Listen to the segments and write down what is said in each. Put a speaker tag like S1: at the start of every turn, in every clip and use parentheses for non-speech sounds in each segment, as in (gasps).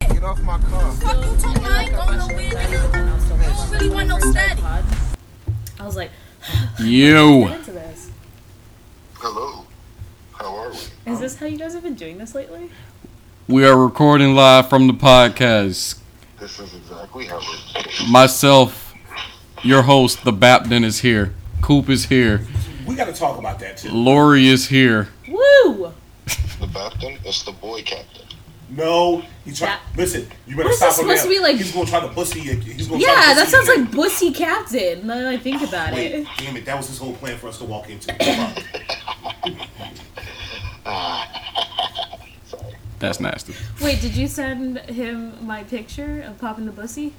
S1: Get off my car.
S2: Fuck you talking, I ain't going nowhere, nigga. I don't really want no steady.
S3: I was like,
S4: You.
S3: into this.
S5: Hello. How are we?
S3: Is this how you guys have been doing this lately?
S4: We are recording live from the podcast.
S5: This is exactly how we're
S4: Myself, your host, the Baptin, is here. Coop is here.
S6: We got to talk about that too.
S4: Lori is here.
S3: Woo!
S5: the Baptin. It's the boy captain.
S6: No, he try.
S3: That-
S6: Listen, you better
S3: What is
S6: stop
S3: this
S6: him
S3: supposed
S6: now.
S3: to be like-
S6: He's gonna try to bussy. you. He's gonna try to
S3: Yeah,
S6: bussy
S3: that
S6: you
S3: sounds
S6: again.
S3: like Bussy Captain. Now that I think about
S6: Wait,
S3: it.
S6: damn it! That was his whole plan for us to walk into. Fuck.
S5: Sorry.
S4: That's nasty.
S3: Wait, did you send him my picture of popping the Bussy?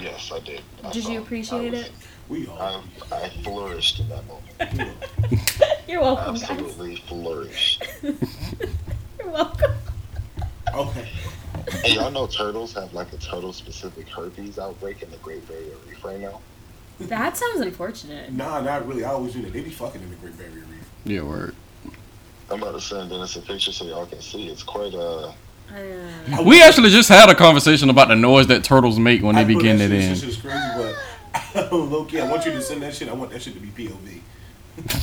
S5: Yes, I did. I
S3: Did
S5: saw
S3: you appreciate
S5: I Oh, was-
S3: it?
S6: we all.
S5: I, I flourished in that
S3: (laughs)
S5: moment.
S3: You're welcome, guys.
S5: Absolutely flourished.
S3: You're welcome.
S6: Okay.
S5: Hey, y'all know turtles have like a turtle-specific herpes outbreak in the Great Barrier Reef right now.
S3: That sounds unfortunate.
S6: Nah, not really. I always knew that they be fucking in the Great Barrier Reef.
S4: Yeah, word.
S5: I'm about to send Dennis a picture so y'all can see. It's quite uh
S3: Uh,
S4: We actually just had a conversation about the noise that turtles make when they
S6: I know
S4: begin
S6: that
S4: it
S6: shit- This
S4: in.
S6: shit is crazy, but (laughs) low key, I want you to send that shit. I want that shit to be
S4: (laughs)
S6: POV.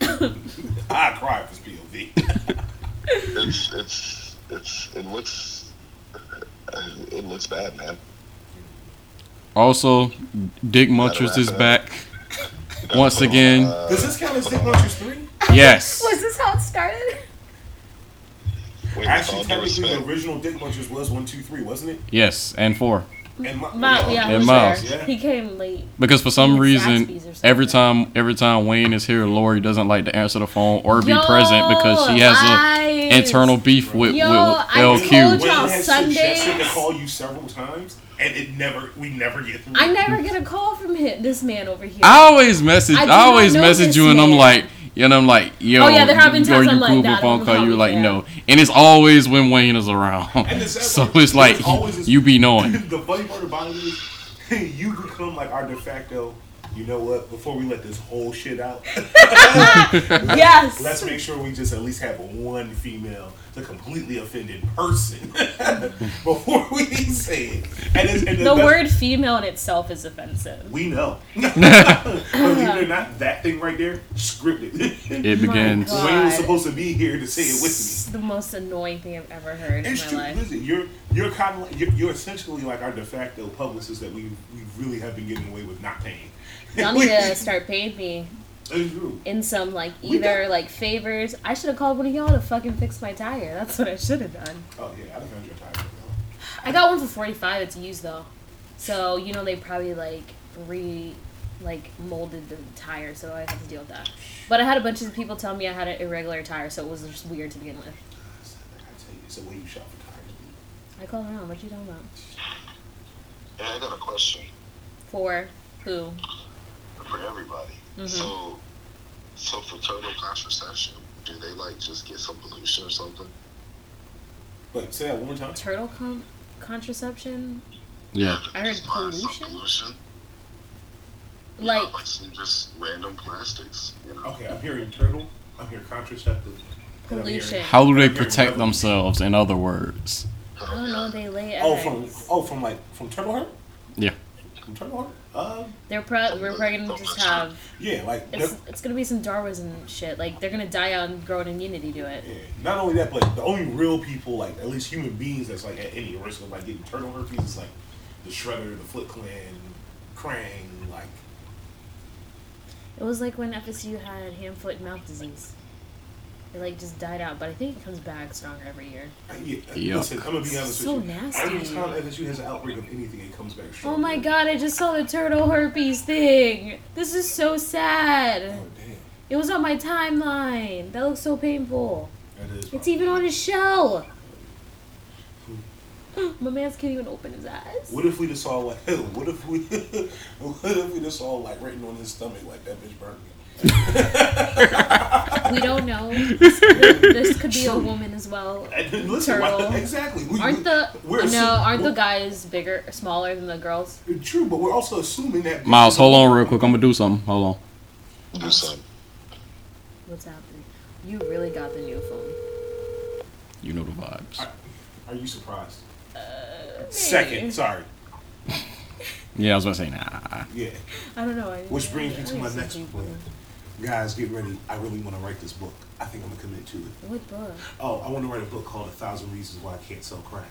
S6: I cry if it's
S5: Uh,
S6: POV.
S5: it's it's it's it looks it looks bad, man.
S4: Also, Dick Munchers is back. Once again.
S5: uh,
S6: Does this count as Dick Munchers three?
S4: Yes.
S3: (laughs) was Oh, this how it started?
S5: With all
S6: Actually,
S5: due
S6: technically,
S5: respect,
S6: the original Dick Munchers was one, two, three, wasn't it?
S4: Yes, and four.
S6: And my,
S3: Miles, yeah, he
S4: And
S3: was
S4: Miles.
S3: there.
S6: Yeah.
S3: He came late.
S4: Because for some
S3: Like
S4: reason,
S3: Zaxby's or something.
S4: every time every time Wayne is here, Lori doesn't like to answer the phone or be present because she has a
S3: lies.
S4: internal beef with,
S3: Yo,
S4: with
S3: I
S4: LQ.
S3: told you. y'all
S6: Wayne has suggested to
S3: Sundays.
S6: call you several times, and it never, we never get through.
S3: I never get a call from him, this man over here.
S4: I always message.
S3: I
S4: I,
S3: do not
S4: always
S3: know
S4: message
S3: this
S4: you, and I'm
S3: man.
S4: like, you know, I'm like, yo,
S3: Oh, yeah, there have been
S4: are
S3: times
S4: you
S3: I'm like,
S4: cool
S3: nah,
S4: with phone
S3: don't
S4: call?
S3: call
S4: You're
S3: me,
S4: like,
S3: yeah.
S4: no, and it's always when Wayne is around. (laughs)
S6: And the sad
S4: so
S6: part is-
S4: it's like
S6: it's always his-
S4: you be knowing.
S6: (laughs) the funny part about it is, (laughs) you become like our de facto. You know what? Before we let this whole shit
S3: (laughs)
S6: out,
S3: yes.
S6: let's make sure we just at least have one female to completely offended person (laughs) before we say it. And, it's, and
S3: the
S6: best-
S3: word female in itself is offensive.
S6: we know. (laughs) Believe it or not, that thing right there scripted. (laughs)
S4: It begins.
S3: God.
S6: Wayne was supposed to be here to say it with me.
S3: It's the most annoying thing I've ever heard
S6: It's
S3: in my
S6: true.
S3: life.
S6: Listen, you're you're kind of like, you're, you're essentially like our de facto publicist that we we really have been getting away with not paying. (laughs)
S3: Y'all need to start paying me
S6: It's true.
S3: in some like
S6: We
S3: either like favors. I should have called one of y'all to fucking fix my tire. That's what I should have done.
S6: Oh yeah, I done found your title.
S3: I got one for forty five. It's used though, so you know they probably like re like molded the tire, so I have to deal with that. But I had a bunch of people tell me I had an irregular tire, so it was just weird to begin with.
S6: I said, like I tell you, it's the way you shop for tires. dude.
S3: I called around. What you talking about?
S5: yeah, I got a question.
S3: For who?
S5: for everybody.
S3: Mm-hmm.
S5: So, so for total contraception, do they like just get some pollution or something?
S6: Wait, say that one more time.
S3: Turtle con- contraception?
S4: Yeah.
S5: Do they
S3: I heard
S5: just buy some
S3: pollution?
S5: pollution? You know,
S3: Like
S5: like some just random plastics. You know,
S6: Okay, I'm hearing turtle. I'm hearing contraceptive. and I'm hearing-
S3: pollution.
S4: How do they
S6: I'm hearing
S4: protect
S6: rubber.
S4: themselves? In other words,
S3: I don't know. They lay
S6: Oh,
S3: eggs.
S6: from oh from like from turtle heart.
S4: yeah.
S6: From turtle heart. Um,
S3: They're pro- we're probably gonna just have
S6: yeah, like
S3: it's,
S6: the-
S3: it's gonna be some Darwinism shit. Like they're gonna die out and grow an immunity to it.
S6: Yeah. Not only that, but the only real people, like at least human beings, that's like at any risk of like getting turtle herpes is like the Shredder, the Foot Clan, Krang, like
S3: It was like when FSU had hand, foot, and mouth disease. It like just died out, but I think it comes back stronger every year.
S6: yeah,
S4: Yuck.
S6: listen, I'm gonna be honest
S3: So
S6: with you. Every
S3: nasty.
S6: time FSU has an outbreak of anything, it comes back strong.
S3: Oh my god! I just saw the turtle herpes thing. This is so sad.
S6: Oh damn.
S3: It was on my timeline. That looks so painful.
S6: That is
S3: It's even on his shell. (gasps) My man's can't even open his eyes.
S6: What if we just saw like (laughs) what if we what if we just saw like written on his stomach like that bitch burnt me?
S3: We don't
S6: (laughs)
S3: know. This, this could be a woman as well.
S6: And listen, why-
S3: Turtle.
S6: (laughs) exactly. We,
S3: Aren't the
S6: we're
S3: no?
S6: assuming-
S3: Aren't the guys bigger, smaller than the girls?
S6: true, but we're also assuming that
S4: Miles, hold on real quick. I'm gonna do something. Hold on.
S5: do something.
S3: What's happening? You really got the new phone.
S4: You know the vibes.
S6: Are you surprised? Second, sorry.
S4: Yeah, I was about to say nah.
S6: Yeah.
S3: I don't know. I,
S6: Which brings me to my
S3: I-
S6: next point. Guys, get ready. I really want to write this book. I think I'm gonna commit to it.
S3: What book?
S6: Oh, I want to write a book called A Thousand Reasons Why I Can't Sell Crack.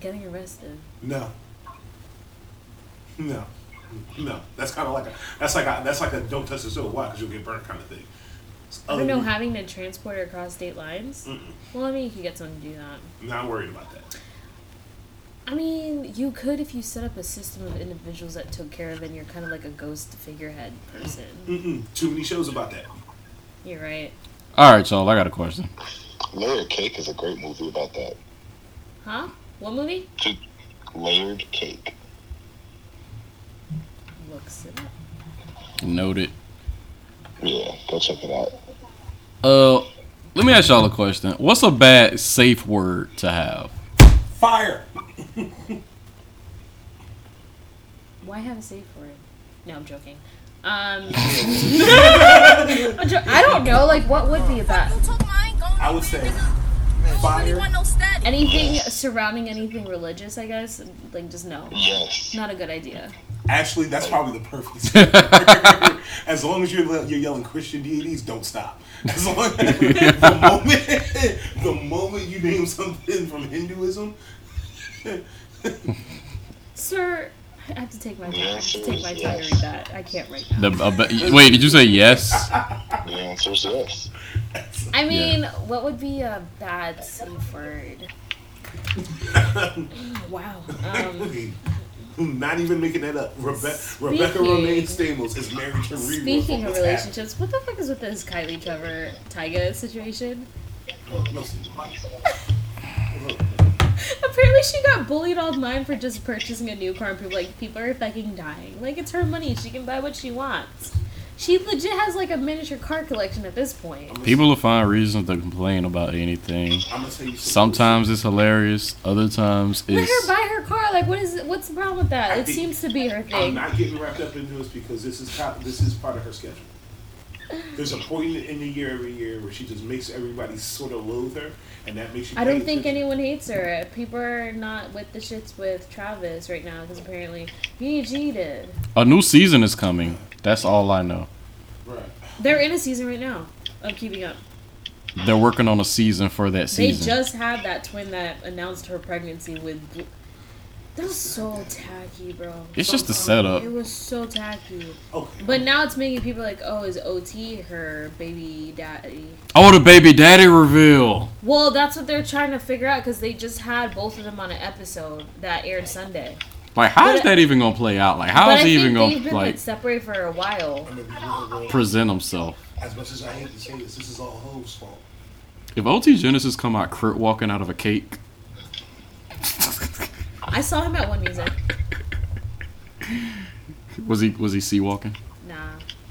S3: Getting arrested.
S6: No. No. No. That's kind of like a that's like a that's like a don't touch the soda. Why? Because you'll get burnt kind of thing. It's
S3: I don't
S6: other
S3: know,
S6: than-
S3: having to transport her across state lines.
S6: Oh, Mm-mm.
S3: Well, I mean, you could get someone to do that.
S6: Not worried about that.
S3: I mean, you could if you set up a system of individuals that took care of it. and You're kind of like a ghost figurehead person.
S6: Mm-mm. Too many shows about that.
S3: You're right,
S4: All right, y'all. I got a question.
S5: Layered Cake is a great movie about that.
S3: huh? What movie?
S5: Just Layered Cake.
S3: Looks it up.
S4: Noted.
S5: Yeah, go check it out.
S4: Uh, let me ask y'all a question. What's a bad safe word to have?
S6: Fire.
S3: Why have a safe word? No, I'm joking. Um, I'm jo- I don't know. Like, what would be about
S2: You took mine, go
S6: I would say
S2: nobody
S6: fire.
S2: want no static.
S3: anything surrounding anything religious? I guess. Like, just no.
S5: Yes.
S3: Not a good idea.
S6: Actually, that's probably
S3: (laughs)
S6: the perfect. as long as you're le- you're yelling Christian deities, don't stop. As long the moment (laughs) the moment you name something from Hinduism,
S3: Sir, I have to take my time. I have to take my time to read that. I can't right now.
S4: The a ba- wait, did you say yes?
S5: The answer is yes.
S3: I mean, what would be a bad safe word? wow. Um,
S6: (laughs) not even making that up. Rebe- Rebecca
S3: Speaking-
S6: Romaine Stamos is married to Riri.
S3: speaking of
S6: What's happening?
S3: relationships, what the fuck is with this Kylie Trevor Tyga situation? Apparently, she got bullied online for just purchasing a new car, and people like people are fucking dying. Like it's her money; she can buy what she wants. She legit has like a miniature car collection at this point.
S4: People will find reasons to complain about anything.
S6: I'm gonna tell you something.
S4: Sometimes it's hilarious. Other times
S3: Let her
S4: it's
S3: buy her car. Like, what is what's the problem with that?
S6: I
S3: It
S6: think-
S3: seems to be her
S6: I'm
S3: thing.
S6: not getting wrapped up in this because this is top, this is part of her schedule. There's a point in the year every year where she just makes everybody sort of loathe her, and that makes you.
S3: I
S6: pay
S3: don't think
S6: attention.
S3: anyone hates her. People are not with the shits with Travis right now because apparently he cheated.
S4: a new season is coming. That's all I know.
S6: Right.
S3: They're in a season right now of Keeping Up.
S4: They're working on a season for that
S3: They
S4: season.
S3: just had that twin that announced her pregnancy with. Bl- That was so tacky, bro.
S4: It's just a setup.
S3: It was so tacky.
S6: Okay.
S3: But now it's making people like, oh, is OT her baby daddy?
S4: Oh, the baby daddy reveal.
S3: Well, that's what they're trying to figure out because they just had both of them on an episode that aired Sunday.
S4: Like, how is
S3: But-
S4: that even gonna play out? Like,
S3: but
S4: how is
S3: I
S4: he
S3: think they've
S4: even gonna
S3: been like
S4: like
S3: separated for a while.
S4: present himself?
S6: As much as I hate to say this, this is all Ho's fault.
S4: If OT Genesis come out crit walking out of a cake,
S3: I saw him at One Music.
S4: was he was he sea walking?
S3: Nah,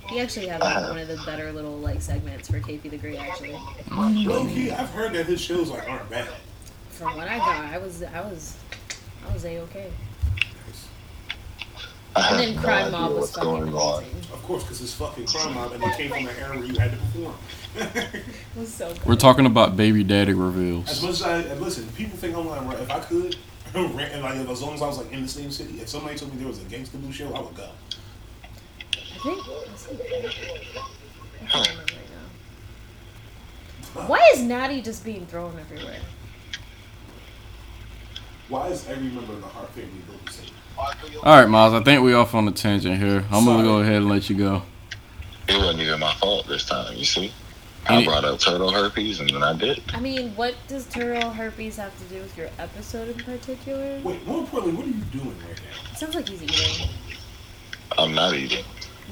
S3: he actually had like, one of the better little like segments for KP the Great. Actually,
S6: Low key, I've heard that his shows like aren't bad.
S3: from what I got, I was I was I was a okay.
S5: I
S3: And
S5: have
S3: then
S5: no
S3: Crime
S5: idea
S3: Mob was
S5: what's
S3: fucking
S5: going on.
S3: amazing.
S6: Of course, because it's fucking crime mob, and they came from an era where you had to perform. (laughs)
S3: It was so good.
S4: We're talking about baby daddy
S6: As
S4: reveals.
S6: much as I and listen, people think I'm lying. Right? If I could, (laughs) rant, and like as long as I was like in the same city, if somebody told me there was a gangster blue show, I would go.
S3: I think. was he- I can't remember right now. Why is Natty just being thrown everywhere?
S6: Why is every member of the Hart family built the same?
S4: All right, Miles. I think we off on a tangent here. I'm gonna
S6: Sorry.
S4: go ahead and let you go.
S5: It wasn't even my fault this time, you see?
S4: Any-
S5: I brought up turtle herpes and then I did.
S3: I mean, what does turtle herpes have to do with your episode in particular?
S6: Wait, more importantly, what are you doing right now?
S3: It sounds like he's eating.
S5: I'm not eating.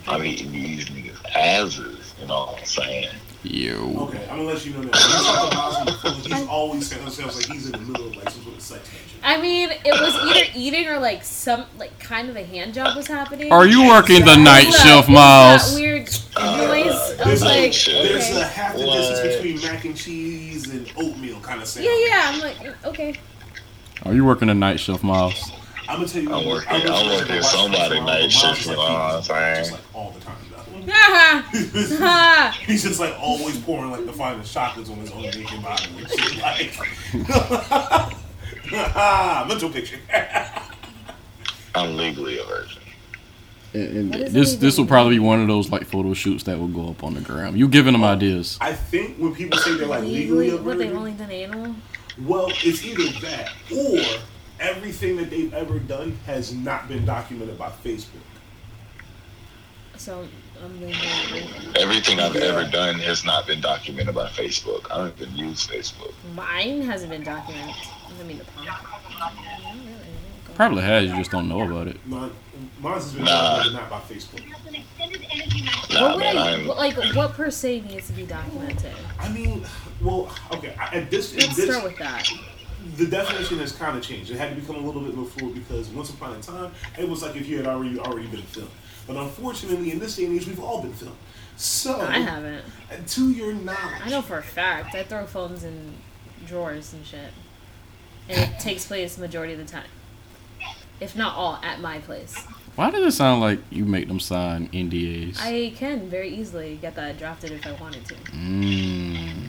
S5: I'm eating these niggas' asses, you know what I'm saying?
S4: Yo.
S6: Okay, I'm gonna let you know that. He's like a Muslim fool. He's always saying himself like he's in the middle of like some sort of sex tension.
S3: I mean, it was either eating or like some like kind of a hand job was happening.
S4: Are you working the night
S3: It's that-
S4: shift,
S3: it's That
S4: Miles?
S3: weird noise. I
S5: There's
S3: was
S5: a-
S3: like,
S6: There's a
S3: okay.
S6: half the
S5: What?
S6: distance between mac and cheese and oatmeal kind of sound.
S3: Yeah, yeah. I'm like, okay. (laughs)
S4: Are you working the night shift, Miles?
S6: I'm gonna tell you.
S5: I'm
S6: what-
S5: working-
S6: gonna
S5: I'm
S6: tell you
S5: working
S6: what I watch
S5: somebody
S6: from
S5: night
S6: Miles
S5: shift,
S6: is
S5: you
S6: like
S5: know what I'm
S6: he's
S5: saying?
S6: Just like all the time. though.
S3: Ah,
S6: He's just like always pouring like (laughs) the finest chocolates on his own naked body. and shit, Like,
S5: (laughs)
S6: Mental picture.
S5: I'm legally a virgin.
S3: What
S4: And, and
S3: does
S4: this
S3: that
S4: this will
S3: even
S4: probably be one of those like photo shoots that will go up on the gram. You giving them ideas?
S6: I think when people say they're like
S3: Legally,
S6: legally a
S3: what they
S6: virgin,
S3: only done animal?
S6: well, it's either that or everything that they've ever done has not been documented by Facebook.
S3: So I'm legally.
S5: Everything I've
S6: Yeah.
S5: ever done has not been documented by Facebook. I don't even use Facebook.
S3: Mine hasn't been documented. I mean, the pond.
S4: Probably has. You just don't know about it.
S6: Mine, mine has been
S5: Nah.
S6: documented not by Facebook.
S5: Nah,
S3: What would
S5: man,
S3: I,
S5: I'm.
S3: like, what per se needs to be documented?
S6: I mean, well, okay. I- At this, at
S3: Let's
S6: this
S3: start with that.
S6: the definition has kind of changed. It had to become a little bit more fluid because once upon a time, it was like if you had already already been filmed. But unfortunately, in this day and age, we've all been filmed. So,
S3: I haven't.
S6: to your knowledge,
S3: I know for a fact. I throw phones in drawers and shit, and it takes place majority of the time, if not all, at my place.
S4: Why does it sound like you make them sign NDAs?
S3: I can very easily get that drafted if I wanted to.
S4: mm.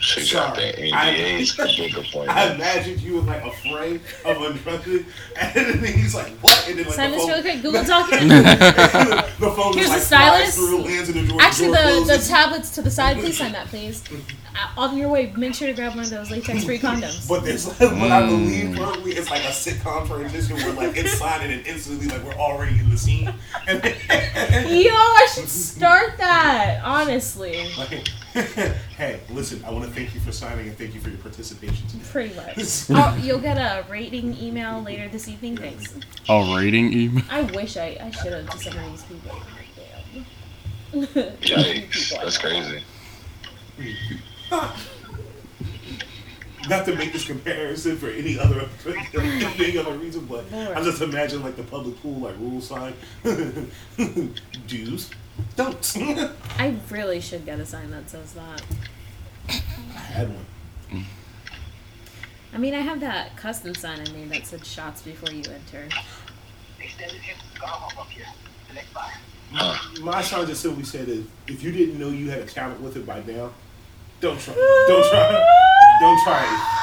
S5: She got
S6: Sorry.
S5: that NDA's
S1: (laughs)
S5: for
S6: I-
S5: big
S6: I
S5: appointments.
S6: imagined you in like a frame of undressing, (laughs) and then he's like, "What?" And then like
S3: Sign
S6: the
S3: this
S6: phone,
S3: really quick.
S6: (laughs)
S3: Google document.
S6: the phone
S3: Here's
S6: is
S3: the
S6: like
S3: stylus.
S6: flies through, lands in the drawer.
S3: Actually,
S6: drawer
S3: the, the
S6: closes.
S3: tablets to the side. Please sign that, please. Uh, On your way, make sure to grab one of those latex-free condoms.
S6: (laughs) But there's like, what I believe currently is like a sitcom transition where like it's signing and instantly like we're already in the scene. And then,
S3: Yo, I should start that. Honestly,
S6: like, (laughs) hey, listen, I want to thank you for signing and thank you for your participation today.
S3: pretty
S6: (laughs)
S3: much. Oh, you'll get a rating email later this evening. Thanks.
S4: A rating email.
S3: I wish I, I should have to some of these people. (laughs) Damn.
S5: Yikes, that's crazy.
S6: Not to make this comparison for any other for any other reason, but I just imagine like the public pool like rule sign, (laughs) do's, don'ts. (laughs) I
S3: I really should get a sign that says that.
S6: had one.
S3: I mean, I have that custom sign I made that said "shots before you enter."
S5: Huh.
S6: My sign just simply said is if you didn't know you had a talent with it by now, don't
S3: (laughs)
S6: try. Don't try. Don't try.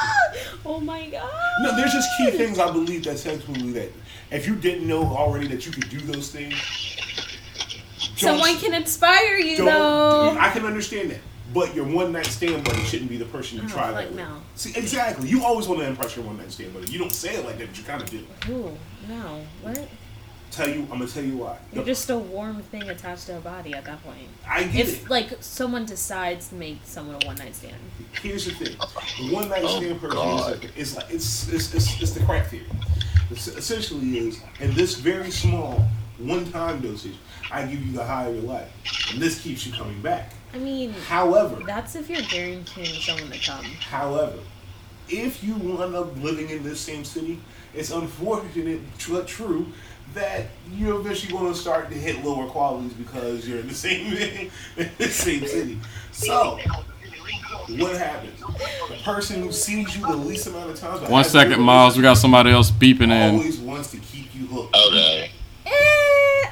S3: Oh my god!
S6: No, there's just key things I believe that's technically that if you didn't know already that you could do those things, don't-
S3: Someone can inspire you
S6: don't-
S3: though.
S6: I can understand that. But your one night stand buddy shouldn't be the person you
S3: Oh,
S6: try
S3: like
S6: that. with.
S3: no.
S6: See, exactly. You always want to impress your one night stand buddy. You don't say it like that, but you kind of do.
S3: Ooh, no. What?
S6: Tell you, I'm gonna tell you why.
S3: You're just a warm thing attached to a body at that point.
S6: I get it.
S3: If like someone decides to make someone a one night stand.
S6: Here's the thing: the one night
S5: Oh,
S6: stand person is
S5: God.
S6: like it's like it's it's, it's, it's the crack theory. It's, essentially, is in this very small one-time dosage, I give you the high of your life, and this keeps you coming back.
S3: I mean,
S6: However,
S3: that's if you're guaranteeing someone to come.
S6: however, if you wind up living in this same city, it's unfortunate but true that you're eventually going to start to hit lower qualities because you're in the (laughs) same in the same city. So. What happens? The person who sees you the least amount of times. but
S4: One
S6: has
S4: second,
S6: the-
S4: Miles. We got somebody else beeping in.
S6: Always wants to keep you hooked.
S5: Okay.
S3: Eh,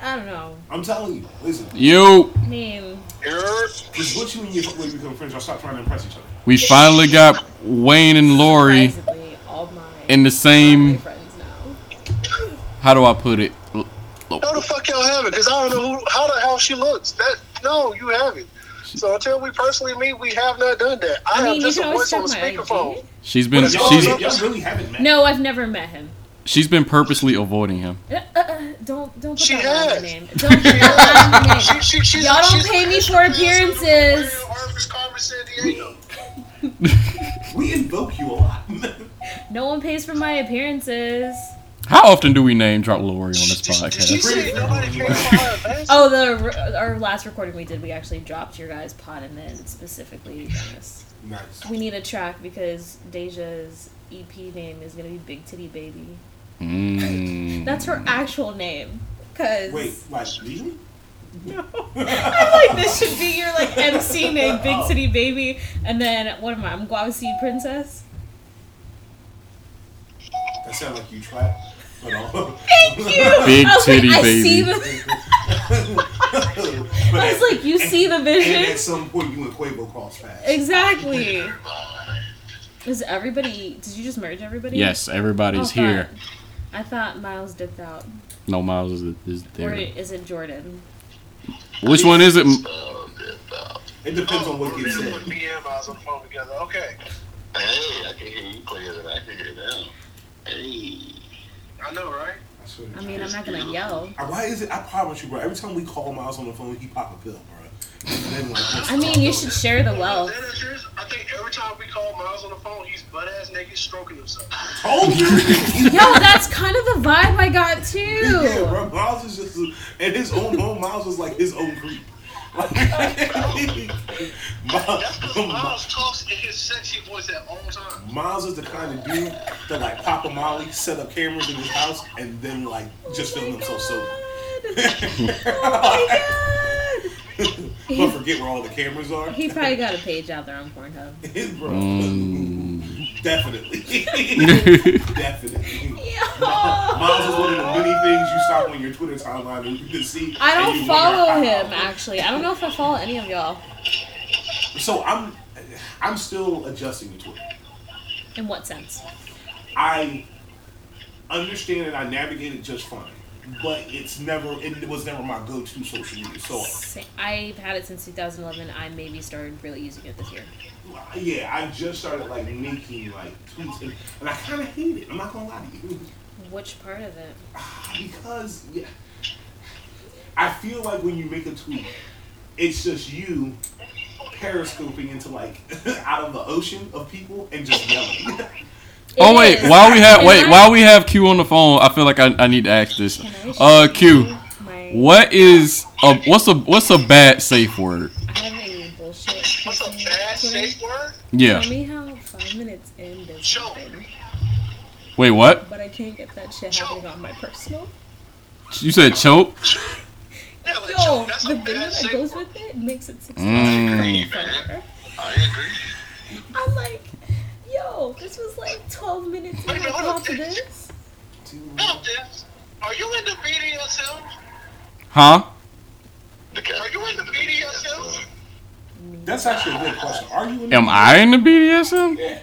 S3: I don't know.
S6: I'm telling you, listen.
S4: You.
S3: I mean,
S6: This is what you mean you- when you become friends. Y'all stop trying to impress each other.
S4: We finally got Wayne and Lori
S3: surprisingly, all my
S4: in the
S3: my
S4: same.
S3: friends now.
S4: How do I put it? L-
S1: No, the fuck y'all haven't, because I don't know who, how the hell she looks. That no, you haven't. So until we personally meet, we have not done that. I,
S3: I
S1: have
S3: mean, you
S1: just
S3: can
S1: a
S3: always
S1: voice
S3: check
S1: on
S3: my
S1: the
S3: IG.
S1: speakerphone.
S4: She's been
S6: Y'all,
S4: she's
S6: y'all really haven't met.
S3: No, I've never met him.
S4: she's been purposely avoiding him.
S3: Uh, uh, uh, don't don't put
S1: She
S3: that on my
S1: has.
S3: name. Don't put that on my name.
S1: She, she, she's,
S3: Y'all don't
S1: she's
S3: pay me
S1: she's
S3: for
S1: the best in the
S3: appearances.
S1: world, Harvest Carmen, San Diego.
S6: We invoke you a lot. (laughs)
S3: No one pays for my appearances.
S4: How often do we name drop Lori on this
S1: Did- did she
S4: podcast?
S1: say nobody paid for her advance?
S3: Oh, the our last recording we did, we actually dropped your guys' pod and then specifically Dennis.
S6: nice.
S3: We need a track because Deja's EP name is gonna be Big Titty Baby.
S4: Mm.
S3: That's her actual name. Cause
S6: Wait, like really?
S3: I like this should be your like MC name, Big Titty Baby, and then what am I? I'm Guava Seed Princess.
S6: That sounds like you trap. But
S3: (laughs)
S6: all.
S4: Big
S3: I was like,
S4: titty
S3: I
S4: baby.
S3: See the, I was like, you see the
S6: And at
S3: vision?
S6: some point, you and Quavo cross paths.
S3: Exactly. Is everybody? Did you just merge everybody?
S4: Yes,
S3: Oh,
S4: everybody's
S3: God.
S4: here.
S3: I thought Miles dipped out.
S4: No Miles is, is
S3: Or
S4: there.
S3: is it Jordan?
S4: Which one is it?
S5: Oh, good God.
S6: It depends on
S3: Oh,
S6: what gets said.
S1: We're gonna put me and Miles on the phone together. Okay.
S5: Hey, I can hear you clearer than I can hear now. Hey.
S1: I know, right?
S6: I swear to
S3: I mean, I'm not gonna yell.
S6: God. Why is it? I promise you, bro. Every time we call Miles on the phone, he pop a pill, bro. Then, like, what's
S3: I mean, you should share the
S1: Well,
S3: wealth.
S1: (laughs) that is yours. I think every time we call Miles on the phone, he's butt ass naked stroking himself.
S6: told you?
S3: Yo, that's kind of the vibe I got
S6: Yeah,
S3: too.
S6: (laughs) bro. Miles is just, and his own home. Miles was like his own creep. (laughs) Like,
S1: That's because
S6: Miles,
S1: Miles talks in his sexy voice at all times.
S6: Miles is the kind of dude that like Papa Molly set up cameras in his house and then like just film himself sober.
S3: Oh
S6: but forget where all the cameras are.
S3: He probably got a page out there on (laughs) Pornhub.
S6: (laughs) bro. Definitely. Definitely. Miles is one of the many things you stop on your Twitter timeline and you can see.
S3: I
S6: and
S3: don't
S6: you wonder
S3: follow
S6: how-
S3: him actually. I don't know if I follow any of y'all.
S6: So I'm, I'm still adjusting to Twitter.
S3: In what sense?
S6: I understand and I navigate it just fine, but it's never, it was never my go-to social media. So
S3: Say- I've had it since 2011. I maybe started really using it this year.
S6: yeah, I just started like making like tweets, and, and I kind of hate it. I'm not gonna lie to you.
S3: Which part of it?
S6: because yeah, I feel like when you make a tweet, it's just you periscoping into like (laughs) out of the ocean of people and just yelling. (laughs)
S4: Oh
S3: It
S4: wait,
S3: is.
S4: while we have
S3: Can
S4: wait
S3: I-
S4: while we have Q on the phone, I feel like I, I need to ask this.
S3: Can I
S4: Uh,
S3: show
S4: Q,
S3: you my-
S4: what is a what's a what's a bad safe word?
S3: I have a bullshit.
S1: What's a
S3: person
S1: bad
S3: Twitter.
S1: safe word?
S4: Yeah.
S3: Tell me how five minutes in this
S1: Show.
S3: happened,
S4: Wait, what?
S3: but I can't get that shit happening on my personal.
S4: You said choke?
S1: Yeah, like,
S3: Yo,
S1: that's
S3: the
S1: a
S3: video
S1: bad
S3: that
S1: safe
S3: goes
S1: word.
S3: with it makes it successful.
S4: Mm.
S5: I agree.
S3: I'm like, yo, this was like 12 minutes in
S1: Wait,
S3: I
S1: hold
S3: talked
S1: on.
S3: to this.
S1: Now, Dennis, Are you into BDSM?
S4: Huh?
S5: The cat.
S1: Are you into BDSM?
S6: That's actually a good question. Are you? In
S3: Mm-hmm.
S4: Am I in the BDSM?
S6: Yeah.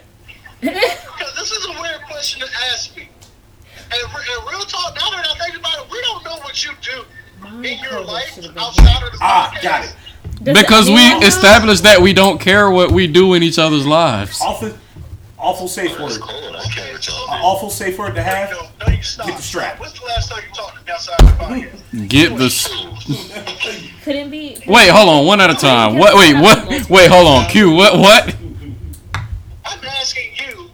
S1: Because this is a weird question to ask me. And, re- and real talk, now that I think about it, we don't know what you do in your life outside of the
S6: Ah,
S1: podcast.
S6: got it.
S3: Does
S4: Because we
S3: anyone know?
S4: established that we don't care what we do in each other's lives.
S6: Awful, awful safe
S5: It's
S6: word. An
S5: cold. I can't with y'all.
S6: awful safe word to have.
S1: No, no, you stop.
S6: Get the strap.
S1: When's the last time you talked to me outside the podcast?
S4: Get the s-
S3: Couldn't be.
S4: wait. Hold on, one at a time. What? Wait, what? Wait, hold on. Q, what? What?
S1: I'm asking you,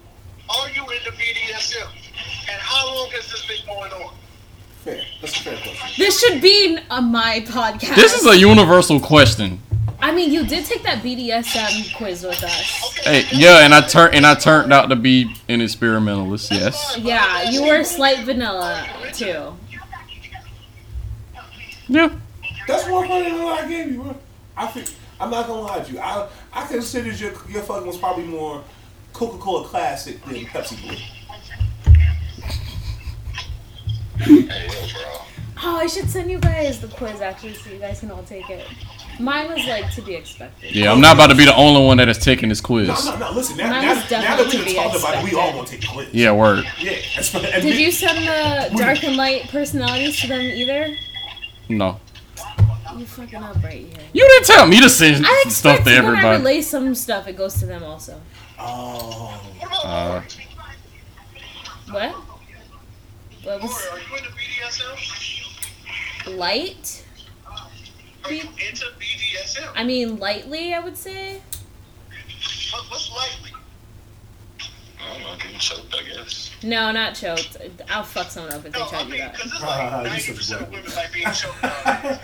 S1: are you into BDSM? And how long has this been going on?
S6: Fair. That's a fair question.
S3: This should be a my podcast.
S4: This is a universal question.
S3: I mean, you did take that BDSM quiz with us.
S1: Okay,
S4: Hey, yeah, and I turned and I turned out to be an experimentalist. Yes.
S3: Yeah, you were slight vanilla too.
S4: Yeah.
S6: That's one point that I gave you, bro. I think I'm not gonna lie to you. I I considered your your fucking was probably more Coca-Cola Classic than Pepsi Blue.
S5: Hey, yo, bro.
S3: Oh, I should send you guys the quiz actually, so you guys can all take it. Mine was like to be expected.
S4: Yeah, I'm not about to be the only one that is taking this quiz.
S6: No, no, no. Listen, now,
S3: Mine
S6: now,
S3: was
S6: now that
S3: definitely
S6: we're
S3: to be
S6: talking about it, we all
S3: expected.
S6: gonna take the quiz.
S4: Yeah, word.
S6: Yeah. (laughs) that's- and
S3: Did
S6: me-
S3: you send the dark and light personalities to them either?
S4: No.
S3: You fucking up right here.
S4: You didn't tell me to send
S3: I
S4: stuff
S3: expect
S4: to
S3: when I
S4: everybody.
S3: relay some stuff, it goes to them also.
S6: Oh.
S1: What about
S4: Uh,
S3: What? What was
S1: Are you into BDSM?
S3: light?
S1: Are you into BDSM?
S3: I mean, lightly, I would say.
S1: What- What's likely?
S5: I don't know. Getting choked, I guess.
S3: No, not choked. I'll fuck someone up if they
S1: No, I
S3: try to do
S1: mean,
S3: that.
S1: because it's
S6: Ah,
S1: like
S6: you
S1: ninety
S6: said
S1: percent of
S6: what?
S1: women like being
S6: (laughs)
S1: choked nowadays.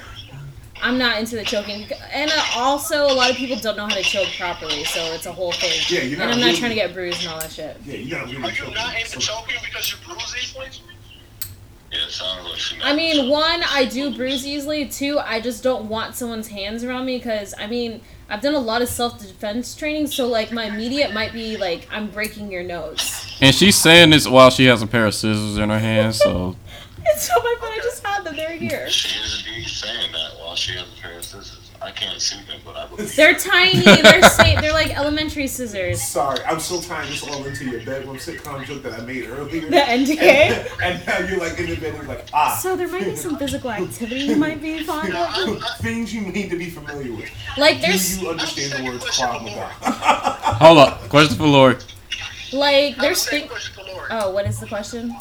S3: I'm not into the choking, and uh, also a lot of people don't know how to choke properly, so it's a whole thing.
S6: Yeah, you're not
S3: and I'm not
S6: really-
S3: trying to get bruised and all that shit.
S6: Yeah, you gotta really
S1: Are you
S6: choke
S1: not
S6: it. So-
S1: into choking because you bruise easily?
S5: Yeah, it sounds like she.
S3: I mean, one, I do bruise easily. Two, I just don't want someone's hands around me because I mean, I've done a lot of self defense training, so like my immediate might be like I'm breaking your nose. (laughs)
S4: And she's saying this while she has a pair of scissors in her hand, so
S3: It's so my phone. I just had them. They're here.
S5: She is indeed saying that while she has a pair of scissors. I can't see them, but I believe.
S3: They're tiny. They're sa- they're like elementary scissors.
S6: Sorry, I'm still tying this all into your bedroom sitcom joke that I made earlier.
S3: The NDK.
S6: And now you're like in the bed, and like ah,
S3: So there
S6: (laughs)
S3: might be some physical activity you might be fond of.
S6: things you need to be familiar with.
S3: Like
S6: Do
S3: there's
S6: you understand the words Krav Maga? (laughs)
S4: Hold up. Question for Lori.
S3: like
S1: I have a
S3: there's
S1: second
S3: thing.
S1: question for Lori.
S3: Oh, what is the question?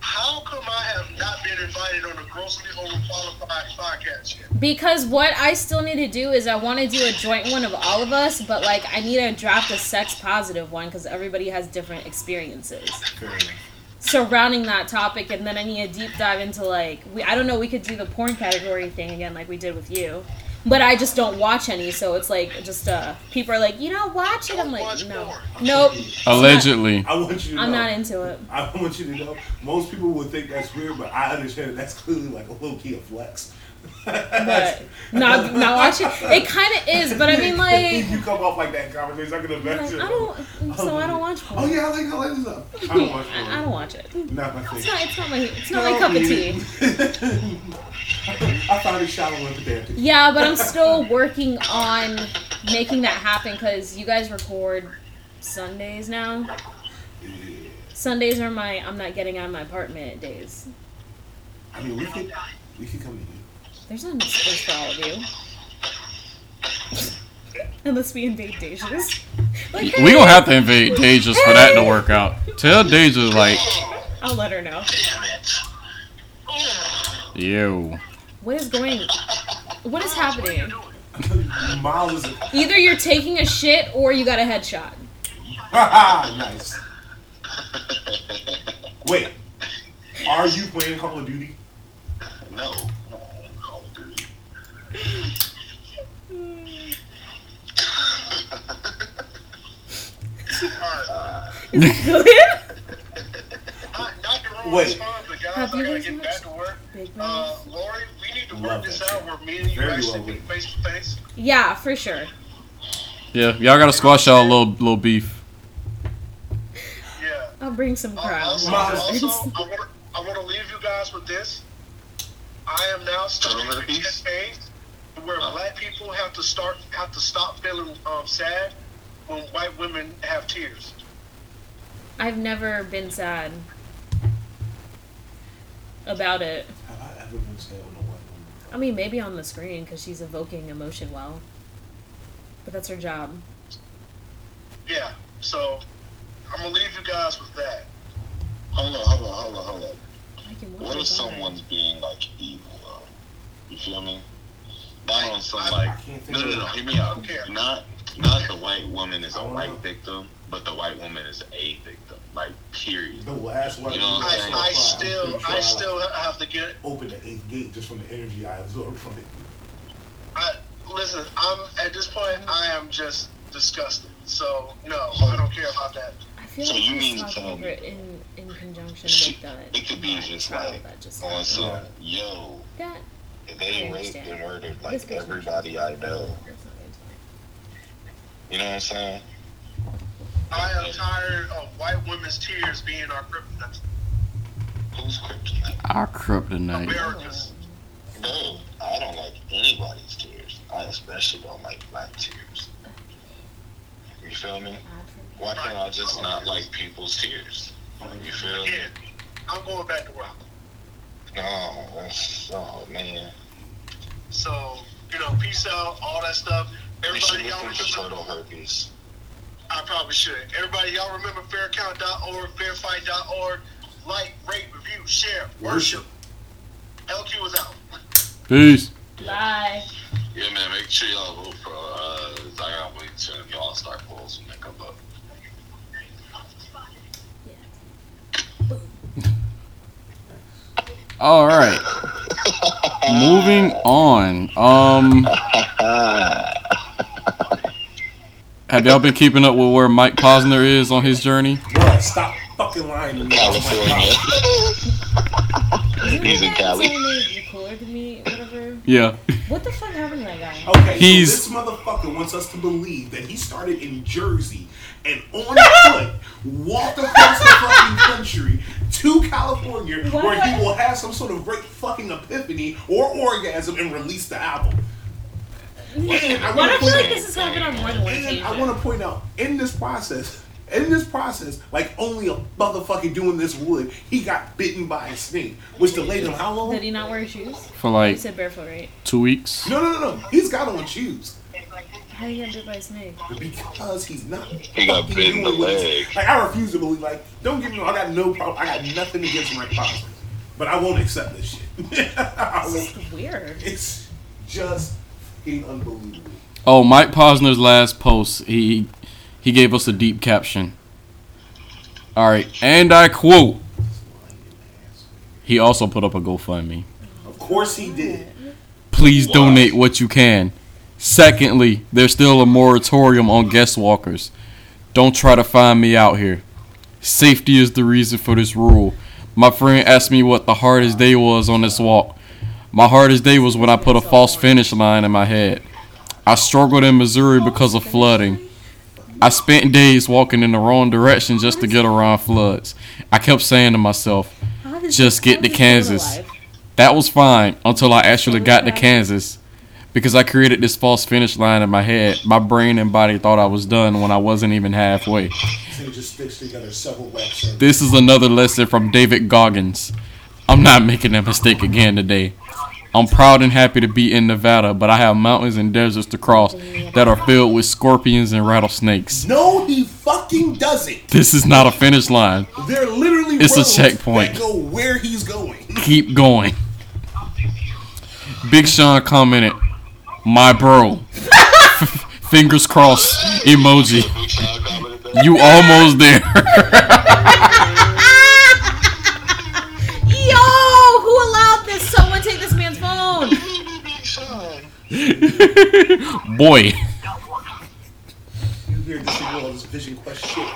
S1: How come I have not been invited on the grossly overqualified podcast yet?
S3: Because what I still need to do is I want to do a joint one of all of us, but like I need to drop the sex positive one because everybody has different experiences surrounding that topic, and then I need a deep dive into like we I don't know we could do the porn category thing again like we did with you, but I just don't watch any, so it's like just uh people are like you don't watch it. I'm like
S1: Watch
S3: no,
S1: porn.
S3: nope,
S4: Allegedly.
S6: I want you to know.
S3: I'm not into
S6: (laughs)
S3: it.
S6: I want you to know. Most people would think that's weird, but I understand that's clearly like a low key of flex. (laughs)
S3: But not not watching it kind of is, but I mean like
S6: (laughs) you come off like that in conversation. I can
S3: like,
S6: imagine.
S3: I don't so I don't watch porn.
S6: Oh yeah, I like I like this up. I don't watch porn.
S3: I don't watch it.
S6: Not my thing.
S3: It's not, it's not my it's not my cup of tea.
S6: (laughs) I found it shallow and pedantic.
S3: Yeah, but I'm still working on making that happen because you guys record Sundays now. Sundays are my I'm not getting out of my apartment days.
S6: I mean, we could we could come to you.
S3: There's not enough space for all of you. (laughs) Unless we invade Deja's. Like,
S4: We gonna have to invade Deja's for that to work out. Tell Deja like,
S3: I'll let her know.
S4: yo,
S3: What is going What is happening?
S6: (laughs) Miles is a
S3: Either you're taking a shit or you got a headshot. (laughs)
S6: nice. Wait, are you playing Call of Duty?
S5: No, no, Call of Duty.
S1: Not, not the wrong
S6: Wait.
S1: response, but guys,
S3: Have
S1: I
S3: you
S1: gotta
S3: guys
S1: get
S3: watched
S1: back to work.
S3: Big
S1: Uh,
S3: Mouth?
S1: Lori, we need to
S6: Love
S1: work this
S6: that
S1: out
S6: shit.
S1: where me and you
S6: Very
S1: actually
S6: well
S1: meet
S6: written.
S1: face to face.
S3: Yeah, for sure.
S4: yeah, y'all gotta squash y'all little little beef.
S1: Yeah.
S3: I'll bring some
S1: Uh,
S3: crowds.
S1: also,
S6: Miles.
S1: also, I wanna- I want to leave you guys with this. I am now starting
S5: Over the
S1: to get
S5: piece? Oh.
S1: phase where black people have to start have to stop feeling um, sad when white women have tears.
S3: I've never been sad about it.
S6: Have I ever been sad on a white woman?
S3: I mean, maybe on the screen because she's evoking emotion well. But that's her job.
S1: Yeah. So I'm gonna leave you guys with that.
S5: Hold on, hold on, hold on, hold on.
S3: I can watch
S5: What
S3: it,
S5: if
S3: don't I?
S5: someone's being like evil though? You feel me? Not on some
S6: I
S5: like
S6: can't think
S5: no no
S6: of
S5: no,
S6: it.
S5: hear me out.
S1: Okay.
S5: Not not the white woman is a
S6: Oh.
S5: white victim, but the white woman is a victim. Like period.
S6: The last white
S5: You know
S6: woman
S5: what
S1: I,
S5: I'm
S6: saw
S5: saying?
S1: I
S6: fly, I'm
S1: still
S6: pretty sure
S1: I still have to get
S6: opened the eighth gate just from the energy I absorbed from it.
S1: I listen, I'm at this point I am just disgusted. So no, I don't care about that.
S3: I feel
S5: So
S3: like
S5: you
S3: you
S5: mean
S3: saw
S5: to tell
S3: Cobra in, in conjunction with that.
S5: It could be just like
S3: that just
S5: on
S3: happened.
S5: some
S6: Yeah.
S5: yo,
S3: that.
S5: they
S3: I
S5: raped
S3: understand.
S5: and murdered
S3: This
S5: like
S3: bitch
S5: everybody I know.
S3: That's not good.
S5: You know what I'm saying?
S1: I am tired of white women's tears being our kryptonite.
S5: Who's kryptonite?
S4: Our kryptonite.
S1: America's.
S5: No, I don't like anybody's tears. I especially don't like black tears. You feel me? Why can't I just not like people's tears? You feel me?
S1: Yeah, I'm going back to work.
S5: No, that's, oh man.
S1: So you know, peace out, all that stuff.
S5: You should
S1: Everybody,
S5: look
S1: y'all
S5: into
S1: remember.
S5: turtle herpes.
S1: I probably should. Everybody, y'all remember faircount.org, fairfight.org. Like, rate, review, share, worship. LQ is out.
S4: Peace.
S3: Bye.
S5: Yeah, man, make sure y'all vote for uh, Zion Williamson. Y'all start polls when they come up.
S4: All right. Moving on. Um. Have y'all been keeping up with where Mike Posner is on his journey?
S6: Bruh, stop fucking lying to
S5: (laughs)
S6: me.
S5: He's in Cali.
S3: You're cooler than me, whatever.
S4: Yeah.
S3: What the fuck happened to that guy?
S6: Okay,
S4: He's-
S6: so this motherfucker wants us to believe that he started in Jersey and on foot walked across the fucking country to California, where he will have some sort of great fucking epiphany or orgasm and release the album. And I
S3: Why do
S6: want
S3: I
S6: to
S3: feel
S6: point
S3: like
S6: out,
S3: this has happened on more than one
S6: and
S3: occasion?
S6: I want to point out in this process, in this process, like only a motherfucker doing this would, he got bitten by a snake, which delayed him how long?
S3: Did he not wear shoes?
S4: for
S3: He
S4: like
S3: said barefoot, right?
S4: two weeks.
S6: No, no, no, no. He's got on shoes
S3: How did he get bit by a snake?
S6: because he's not.
S5: He got
S6: fucking
S5: bit in the
S6: doing what he's-
S5: leg.
S6: Like I refuse to believe. Like don't get me wrong. I got no problem. I got nothing against Mike Potter, but I won't accept this shit. (laughs) I
S3: This
S6: won't.
S3: is weird.
S6: It's just fucking unbelievable.
S4: Oh, Mike Posner's last post, he he gave us a deep caption. All right, and I quote. He also put up a GoFundMe.
S6: Of course he did.
S4: Please
S5: Wow.
S4: donate what you can. Secondly, there's still a moratorium on guest walkers. Don't try to find me out here. Safety is the reason for this rule. My friend asked me what the hardest day was on this walk. My hardest day was when I put a false finish line in my head. I struggled in Missouri because of flooding. I spent days walking in the wrong direction just to get around floods. I kept saying to myself,
S3: How does-
S4: Just get
S3: how
S4: to
S3: is he still
S4: Kansas.
S3: alive?
S4: that was fine until I actually got to
S3: Okay.
S4: Kansas because I created this false finish line in my head. My brain and body thought I was done when I wasn't even halfway.
S6: So he just sticks together several laps. in.
S4: This is another lesson from David Goggins. I'm not making that mistake again today. I'm proud and happy to be in Nevada, but I have mountains and deserts to cross that are filled with scorpions and rattlesnakes.
S6: No, he fucking doesn't.
S4: This is not a finish line.
S6: They're literally
S4: It's a
S6: roads
S4: checkpoint.
S6: That go where he's going. (laughs)
S4: Keep going. Big Sean commented, "My bro." (laughs) Fingers crossed emoji. You almost
S3: (laughs)
S4: there. (laughs)
S3: Yo, who allowed this? Someone take this man's phone.
S4: Boy.
S6: You hear this all this Vision Quest shit.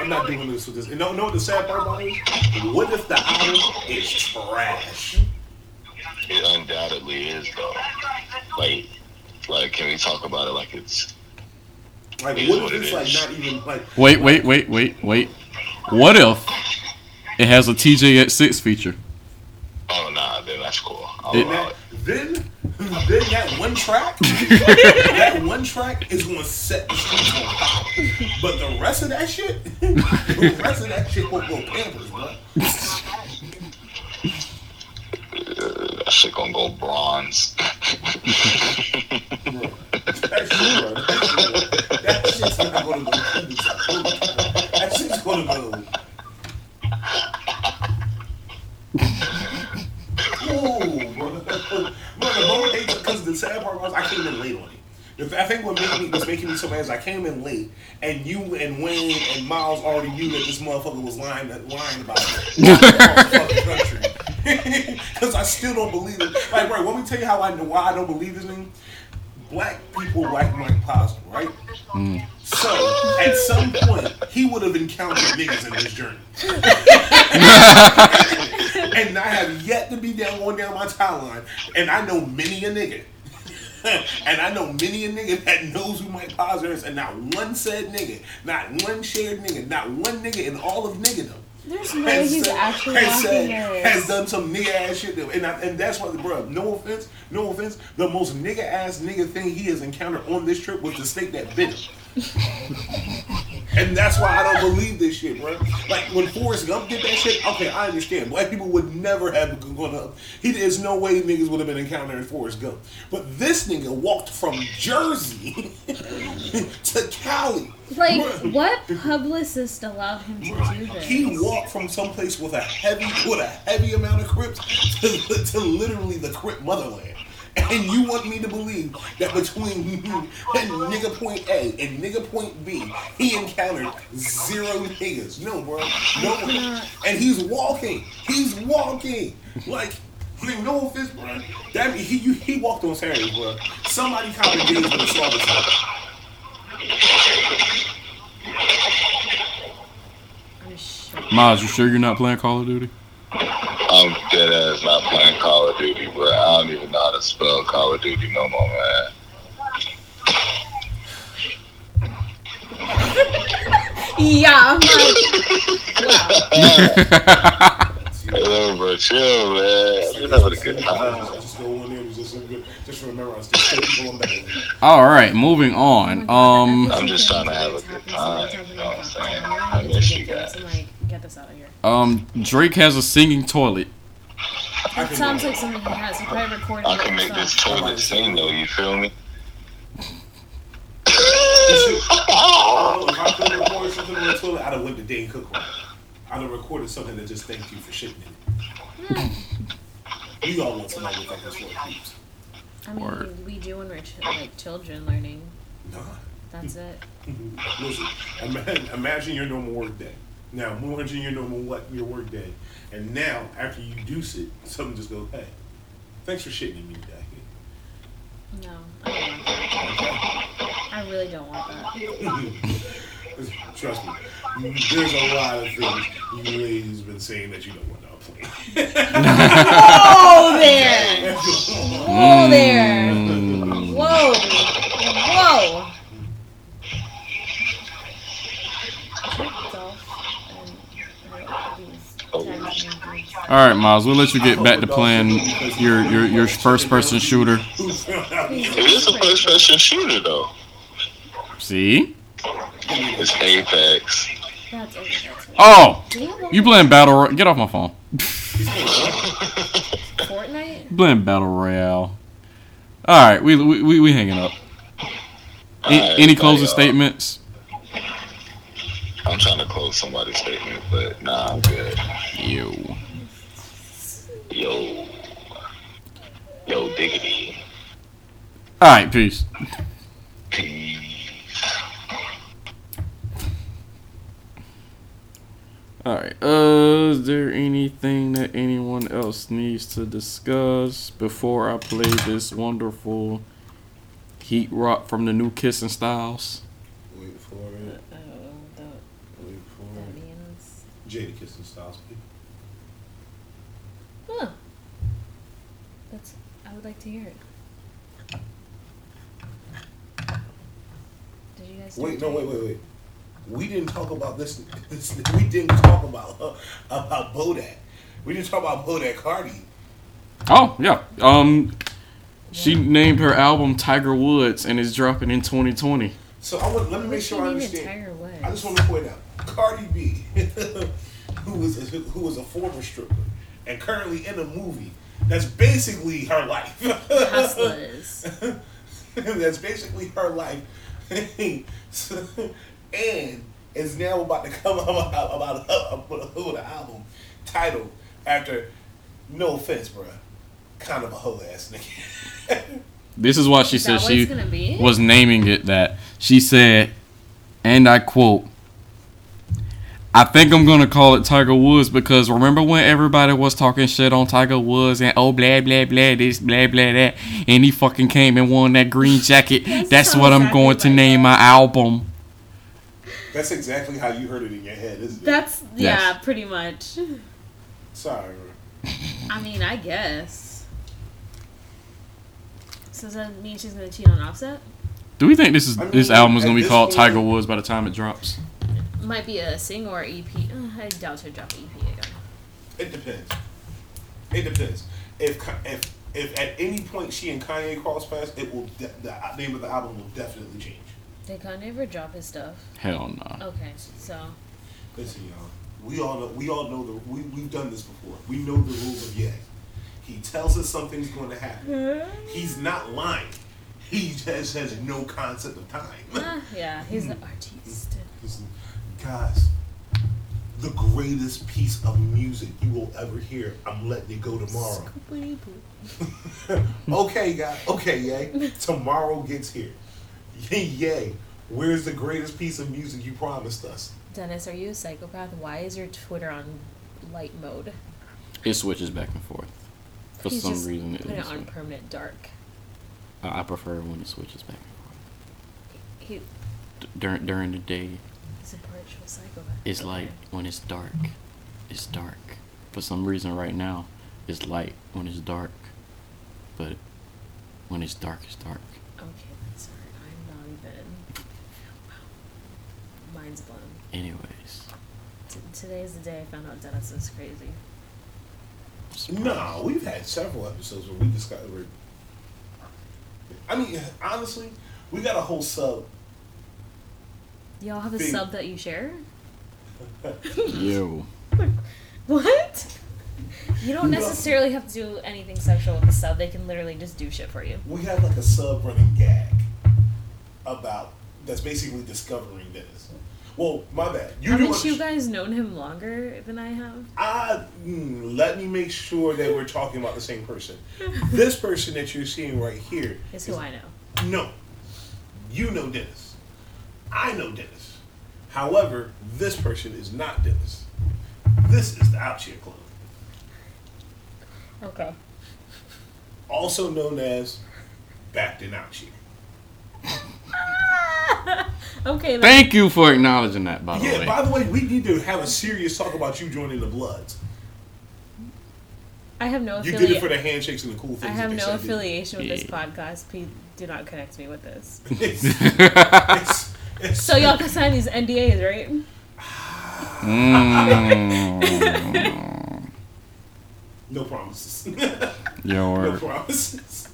S6: I'm not doing this with this. And know, know what the sad part about it is? What if the album is trash?
S5: It undoubtedly is though. Like, like, can we talk about it like it's
S6: Like,
S5: It is
S6: what
S5: what
S6: if
S5: it
S6: it's like
S5: is.
S6: not even like?
S4: Wait, wait, wait, wait, wait. What if it has a TJ at six feature?
S5: Oh nah, then that's cool. I'll
S4: It-
S5: allow
S6: That,
S5: it.
S6: then, then that one track,
S4: (laughs)
S6: that one track is gonna set the streets on fire. But the rest of that shit, (laughs) the rest of that shit will go pampers, bro.
S5: Uh, that shit gonna go bronze. (laughs)
S6: That's zero. That shit's not gonna go. That shit's gonna go. Ooh, brother. Brother, because the sad part was I came in late on it. If- I think what made me was making me so mad is I came in late, and you and Wayne and Miles already knew that this motherfucker was lying, lying about it. Because I still don't believe it. Like, bro, let me tell you how I know why I don't believe this thing black people like Mike Posner, right? So at some point he would have encountered niggas in his journey, (laughs) and I have yet to be down going down my tie line, and I know many a nigga. (laughs) and I know many a nigga that knows who Mike Posner is, and not one said nigga, not one shared nigga, not one nigga in all of niggerdom
S3: There's no way he's
S6: said-
S3: actually
S6: has,
S3: watching
S6: said- has
S3: this.
S6: done some nigga ass shit, that, and I, and that's why, bro. No offense, no offense. The most nigga ass nigga thing he has encountered on this trip was the snake that bit
S3: (laughs)
S6: him. And that's why I don't believe this shit, bro. Like when Forrest Gump did that shit, okay, I understand. Black people would never have gone up. He there's no way niggas would have been encountering Forrest Gump. But this nigga walked from Jersey (laughs) to Cali.
S3: Like,
S6: Bruh.
S3: what publicist allowed him to do
S6: He
S3: this?
S6: walked from someplace with a heavy with a heavy amount of crips to, to literally the crip motherland. And you want me to believe that between (laughs) and nigga point A and nigga point B, he encountered zero niggas. No, bro. No one. And he's walking. He's walking. Like, I mean, no offense, bro. That he you, he walked on Saturday, bro. Somebody counted days when he saw this.
S3: I'm sure.
S4: Miles, you sure you're not playing Call of Duty?
S5: I'm dead ass not playing Call of Duty, bro. I don't even know how to spell Call of Duty no more, man.
S3: Yeah, I'm like,
S5: It Chill, bro. Chill, man. We're having a good time.
S6: Just go in there and just, just remember I still keep going back.
S4: All right, moving on. Um,
S5: I'm just trying to have a good time. You know what I'm saying? I miss you guys.
S3: I'm like, get this out of here.
S4: um, Drake has a singing toilet.
S3: That sounds like something he has. He probably recorded
S5: I
S3: it
S5: can make this
S3: himself.
S5: toilet sing, though. You feel me?
S6: Oh, if I could have recorded something on the toilet, I'd have went to Dane Cook one. I'd have recorded something that just thanked you for shitting in it. You all want somebody to thank us for it, please.
S3: I mean,
S4: Word.
S3: we do when we're ch- like children learning.
S6: Nah.
S3: That's it.
S6: Listen, ima- imagine your normal work day. Now, imagine your normal what your work day. And now, after you do sit, someone just goes, hey, thanks for shitting in me today.
S3: No, I don't want that. I really don't want that.
S6: Trust me, there's a lot of things you ladies have been saying that you don't (laughs) want to upload.
S3: Oh there! Oh there! Whoa! Whoa!
S4: All right, Miles, we'll let you get back to playing your your, your first person shooter.
S6: Who found out?
S5: It is a first person shooter, though.
S4: See?
S5: It's Apex. (laughs)
S3: That's over. That's over.
S4: Oh,
S3: Do you have
S4: you playing battle? Ro- get off my phone.
S3: Fortnite?
S4: Playing battle royale. All right, we we we, we hanging up. A-
S5: Alright,
S4: any
S5: bye,
S4: closing
S5: y'all.
S4: statements?
S5: I'm trying to close somebody's statement, but nah, I'm good.
S4: Yo.
S5: Yo. Yo, diggity.
S4: All right, peace.
S5: Peace.
S4: All right. Uh, is there anything that anyone else needs to discuss before I play this wonderful heat rock from the new Kissing Styles?
S6: Wait for it.
S3: Oh, that,
S6: Wait for
S3: that
S6: it.
S3: means.
S6: Jada Kissing Styles. please.
S3: Huh. That's. I would like to hear it. Did you guys?
S6: Wait, no, wait, wait, wait. We didn't talk about this. this we didn't talk about uh, about Bodak. We didn't talk about Bodak Cardi.
S4: Oh yeah. Um, she named her album Tiger Woods and it's dropping in 2020.
S6: So I want let me
S3: What
S6: make
S3: she
S6: sure I
S3: needed
S6: understand.
S3: Tiger Woods.
S6: I just want to point out Cardi B, (laughs) who was a, who was a former stripper and currently in a movie that's basically her life. (laughs)
S3: Hustlers.
S6: that's basically her life, (laughs) So- and is now about to come out about, about, with an album titled after. No offense, bruh. Kind of a hoe ass nigga. (laughs)
S4: This is why she
S3: Is
S4: said
S3: that what
S4: she
S3: it's gonna be?
S4: was naming it that. She said, and I quote, I think I'm gonna call it Tiger Woods because remember when everybody was talking shit on Tiger Woods and oh blah blah blah this blah blah that and he fucking came and won that
S3: (laughs)
S4: green jacket.
S3: That
S4: That's
S3: sounds
S4: what I'm
S3: exactly
S4: going to
S3: like
S4: name my album.
S6: that's exactly how you heard it in your head, isn't it?
S3: That's yeah,
S4: Yes.
S3: pretty much.
S6: Sorry, bruh.
S3: I mean, I guess. So does that mean she's gonna cheat on Offset?
S4: Do we think this is
S6: I mean,
S4: this album is
S6: at
S4: gonna be
S6: this
S4: called
S6: point-
S4: Tiger Woods by the time it drops?
S3: Might be a single or EP. Uh, I doubt she'll drop an EP again.
S6: It depends. It depends. If Ka- if if at any point she and Kanye cross paths, it will de- the name of the album will definitely change.
S3: Did Kanye ever drop his stuff?
S4: Hell no.
S3: Okay, so
S6: Listen, y'all. We all know. We all know the. We we've done this before. We know the rules of Ye. He tells us something's going to happen. He's not lying. He just has no concept of time.
S3: (coughs) ah, yeah, he's an artiste.
S6: Listen, guys, the greatest piece of music you will ever hear. I'm letting it go tomorrow. (laughs) okay, guy. Okay, yay. Tomorrow gets here. (laughs) yay. Where's the greatest piece of music you promised us?
S3: Dennis, are you a psychopath? Why is your Twitter on light mode?
S4: It switches back and forth. For
S3: Please
S4: some
S3: just
S4: reason it
S3: put it
S4: is.
S3: on permanent dark.
S4: I I prefer when it switches back and forth.
S3: He,
S4: D- during during the day
S3: he's a partial psychopath.
S4: it's
S3: Okay.
S4: light when it's dark it's dark for some reason right now it's light when it's dark but when it's dark it's dark
S3: Okay, that's alright. I'm not even. Wow. Mind's blown.
S4: anyways
S3: T- today's the day I found out Dennis is crazy.
S6: No, we've had several episodes where we just got. Where, I mean, honestly, we got a whole sub.
S3: Y'all have a
S6: Big.
S3: sub that you share? (laughs)
S4: Yo.
S3: What? You don't necessarily have to do anything sexual with the sub. They can literally just do shit for you.
S6: We have like a sub running gag about that's basically discovering Dennis. Well, my bad. You do
S3: Haven't
S6: under-
S3: you guys known him longer than I have?
S6: I mm, let me make sure that we're talking about the
S3: (laughs)
S6: same person. This person that you're seeing right here
S3: Is who I know.
S6: No. You know Dennis. I know Dennis. However, this person is not Dennis. This is the Out Here Club,
S3: Okay.
S6: also known as Backed in Out Here.
S3: (laughs) okay. Then.
S4: Thank you for acknowledging that, by the
S6: Yeah,
S4: way.
S6: by the way, we need to have a serious talk about you joining the Bloods.
S3: I have no
S6: You did it
S3: affiliation.
S6: for the handshakes and the cool things.
S3: I
S6: that
S3: have
S6: they
S3: no
S6: said, didn't you?
S3: affiliation with this
S4: Yeah.
S3: podcast. Please do not connect me with this.
S6: It's-
S4: (laughs)
S6: it's- it's-
S3: So y'all can sign these NDAs, right?
S4: Mm.
S6: (laughs) No promises. (laughs)
S4: Yo,
S6: no
S4: word.
S6: promises.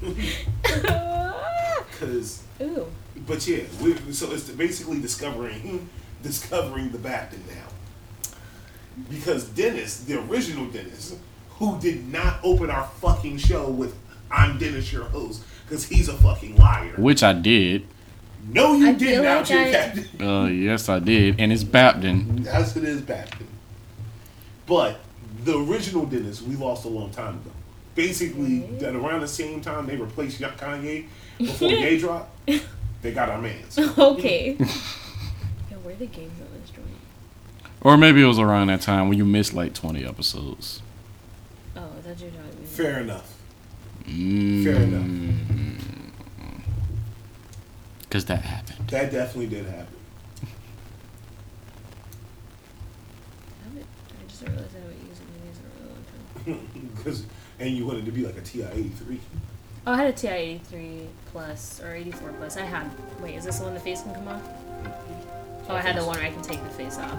S6: Because
S3: (laughs) Ooh.
S6: But yeah, we, so it's basically discovering (laughs) discovering the Baptist now. Because Dennis, the original Dennis, who did not open our fucking show with "I'm Dennis, your host," because he's a fucking liar.
S4: Which I did.
S6: no, you
S3: I
S6: did
S3: feel
S6: not,
S3: like
S6: you
S3: I-
S6: captain. (laughs)
S4: Uh, yes, I did. And it's Baptin.
S6: As it is Baptist. But the original Dennis, we lost a long time ago. Basically, at around the same time they replaced
S3: (laughs)
S6: Kanye before Ye dropped, they got our
S3: (laughs)
S6: man's.
S3: Okay. Yo, where are the games on this joint?
S4: Or maybe it was around that time when you missed like 20 episodes.
S3: Oh, I thought you were talking about
S6: Fair enough.
S4: Mm.
S6: Fair enough.
S4: Because that happened.
S6: That definitely did happen. (laughs)
S3: I haven't- I just realized I haven't used NDAs in a really long time.
S6: Because and you wanted to be like a TI eighty three.
S3: Oh, I had a TI 83 plus or 84 plus. I had. Wait, is this the one the face can come off? Oh, I had the one where I can take the face off.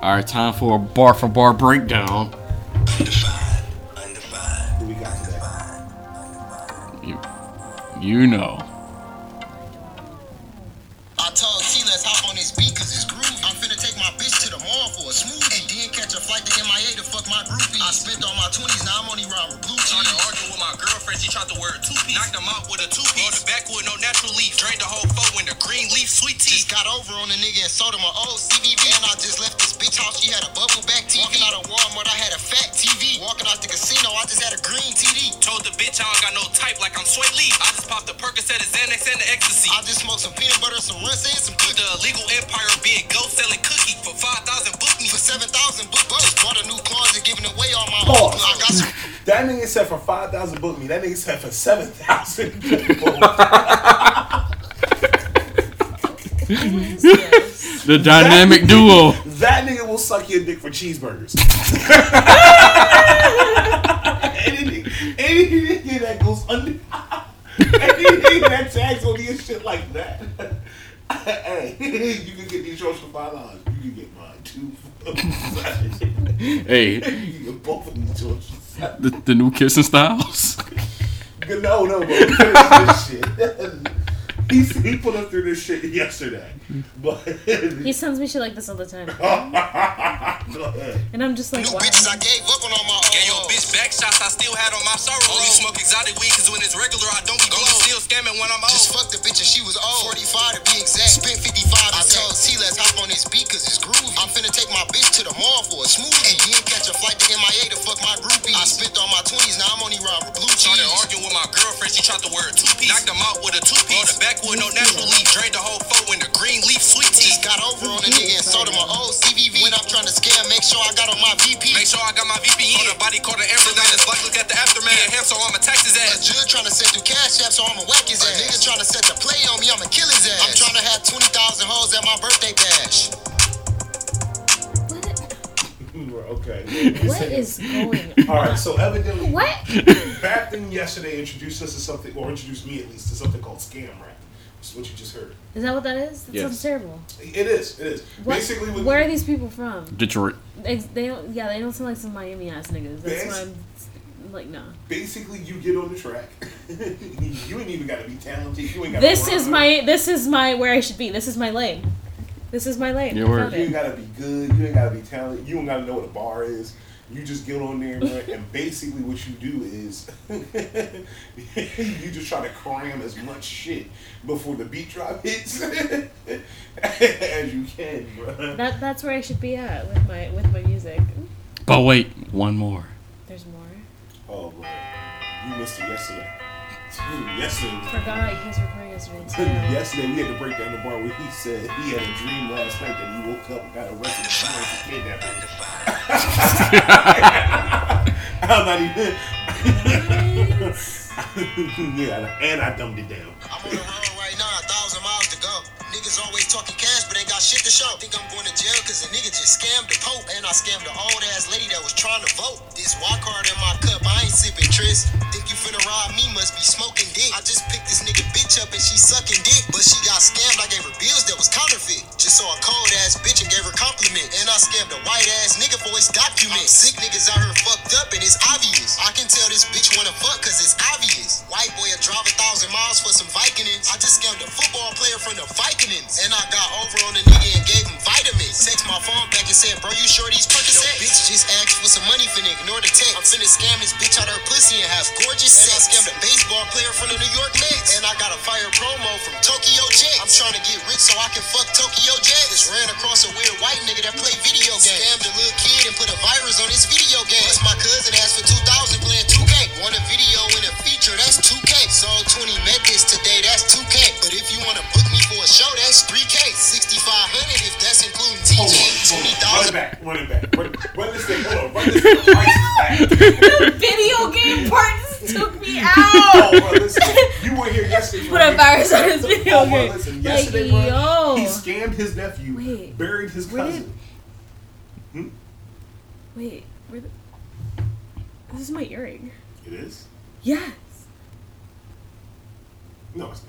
S4: All right, time for a bar for bar breakdown.
S5: Undefined. Undefined.
S6: When we got to that,
S4: You, you know.
S7: I told T, let's hop on this beat cause it's groovy. I'm finna take my bitch to the mall for a smoothie. And then catch a flight to MIA to fuck my groupie. I spent all my 20s, now I'm only round with blue cheese. Trying to argue with my girlfriend, she tried to wear a two-piece. Knocked him out with a two-piece. Rolled the backwood, no natural leaf. Drained the whole foe in the green leaf, sweet tea. Just got over on the nigga and sold him an old CBV. And I just left this bitch house, she had a bubble back TV. Walking out of Walmart, I had a fat TV. Walking out the casino, I just had a green TD. Told the bitch I don't got no type like I'm Sway Lee. I just popped the Percocet, a Xanax, and the ecstasy. I just smoked some peanut butter, some rinse, and some cookie. The illegal empire being ghost selling cookie for 5,000 book me. For 7,000 book bucks. Just bought a new closet, giving away all my old
S6: Pause.
S7: clothes. I got some
S6: that nigga said for five thousand book me. That nigga said for seven thousand.
S4: The dynamic (laughs) duo.
S6: that nigga will suck your dick for cheeseburgers. (laughs) any, nigga- any nigga that goes under, (laughs) any nigga that tags on your shit like that. (laughs) hey, (laughs) you can get these shorts for five dollars. You can get mine too.
S4: Hey,
S6: (laughs) you can get both of these shorts.
S4: the, the new kissing styles.
S6: No, no, bro. Finish this shit. (laughs) He, he put us through this shit yesterday. But (laughs)
S3: He sends me shit like this all the time.
S6: go ahead.
S3: And I'm just like,
S7: new
S3: wow.
S7: bitches, I gave up on all my old
S8: Gave your bitch back shots, I still had on my sorrow. Only smoke exotic weed, cause when it's regular, I don't be blown. Still scamming when I'm old.
S7: Just fucked the bitch and she was old. 45 to be exact. Spent 55 I told T, let's hop on this beat cause it's groovy. I'm finna take my bitch to the mall for a smoothie. And then catch a flight to MIA to fuck my groupie. I spent all my 20s, now I'm only round with blue cheese.
S8: Started arguing with my girlfriend, she tried to wear a two-piece. Knocked him out with a two-piece. Rolled the backwood, no natural leaf. Drained the whole foe in the green leaf, sweet tea.
S7: Just got over on a nigga and sold him an old CVV. When I'm trying to scam, make sure I got on my VP.
S8: Make sure I got my VPN. On the body caught an amber, now this block look at the aftermath. Yeah, him, so I'ma tax his
S7: A
S8: ass.
S7: judge trying to set through cash app, so I'ma whack his ass. A nigga trying to set the play on me, I'ma kill his ass. I'm trying to have 20,000 hoes at my birthday bash.
S6: We're okay.
S3: What is
S6: (laughs)
S3: going
S6: All right, so evidently,
S3: What?
S6: Bapton yesterday introduced us to something, or introduced me at least, to something called scam rap, It's what you just heard.
S3: Is that what that is? That
S4: Yes.
S3: sounds terrible.
S6: It is. It is.
S3: What,
S6: Basically, when
S3: where
S6: you-
S3: are these people from?
S4: Detroit.
S3: They, they don't. Yeah, they don't sound like some Miami ass niggas. That's why I'm I'm like, no.
S6: basically you get on the track. (laughs) you ain't even got to be talented. You ain't got.
S3: This is my. This is my where I should be. This is my lane. This is my lane.
S4: Yeah,
S3: I
S4: word.
S3: found
S6: You ain't
S3: it.
S6: got to be good. You ain't got to be talented. You ain't got to know what a bar is. You just get on there, man, and basically what you do is (laughs) you just try to cram as much shit before the beat drop hits (laughs) as you can, bro.
S3: That that's where I should be at with my with my music.
S4: But wait, one more.
S3: There's more.
S6: Oh, bro, you missed it yesterday. Yesterday. was
S3: Forgot he was recording yesterday too.
S6: (clears throat) Yesterday we had to break down the bar where he said he had a dream last night that he woke up and got arrested for kidnapping. I'm not (laughs) even. (laughs) yeah, and I dumbed it down.
S7: I'm on the road right now, a thousand miles to go. Niggas always talking cash, but ain't got shit to show. Think I'm going to jail because a nigga just scammed the Pope. And I scammed the old ass lady that was trying to vote. This wild card in my cup, I ain't sipping Tris. Think you finna rob me, must be smoking dick. I just picked this nigga bitch up and she sucking dick. But she got scammed, I gave her bills that was counterfeit. Just saw a cold ass bitch and gave her compliment. And I scammed a white ass nigga for his document. Sick niggas out here fucked up and it's obvious. I can tell this bitch wanna fuck cause it's obvious. White boy a drive a thousand miles for some Vikings. I just scammed a football player from the Vikings. And I got over on the nigga and gave him vitamins. Text my phone back and said, bro, you sure these Percocets? Yo, bitch just asked for some money finna ignore the text. I'm finna scam this bitch out her pussy and have gorgeous sex. And I scammed a baseball player from the New York Mets. And I got a fire promo from Tokyo Jet. I'm tryna get rich so I can fuck Tokyo Jet. Just ran across a weird white nigga that played video games. Scammed a little kid and put a virus on his video game. Plus my cousin asked for 2000 playing 2K. Want a video and a feature, that's 2K. Sold 20 methods today, that's 2K. But if you wanna book me for a show, that's 3K. 6500 if that's including
S6: Hold on,
S7: TJ.
S6: hold on. Run it back,
S7: 20000
S6: run it back. Run, run this thing, hold on, run this thing right back.
S3: Video
S6: (laughs)
S3: game parts took me out.
S6: Oh, (laughs) bro, listen, you were here yesterday.
S3: Put a virus on his video
S6: Oh, bro,
S3: game.
S6: listen,
S3: Like,
S6: yesterday, bro,
S3: yo.
S6: he scammed his nephew,
S3: Wait,
S6: buried his
S3: where did-
S6: cousin. Hmm?
S3: Wait, where the, this is my earring.
S6: It is?
S3: Yes,
S6: No, it's not.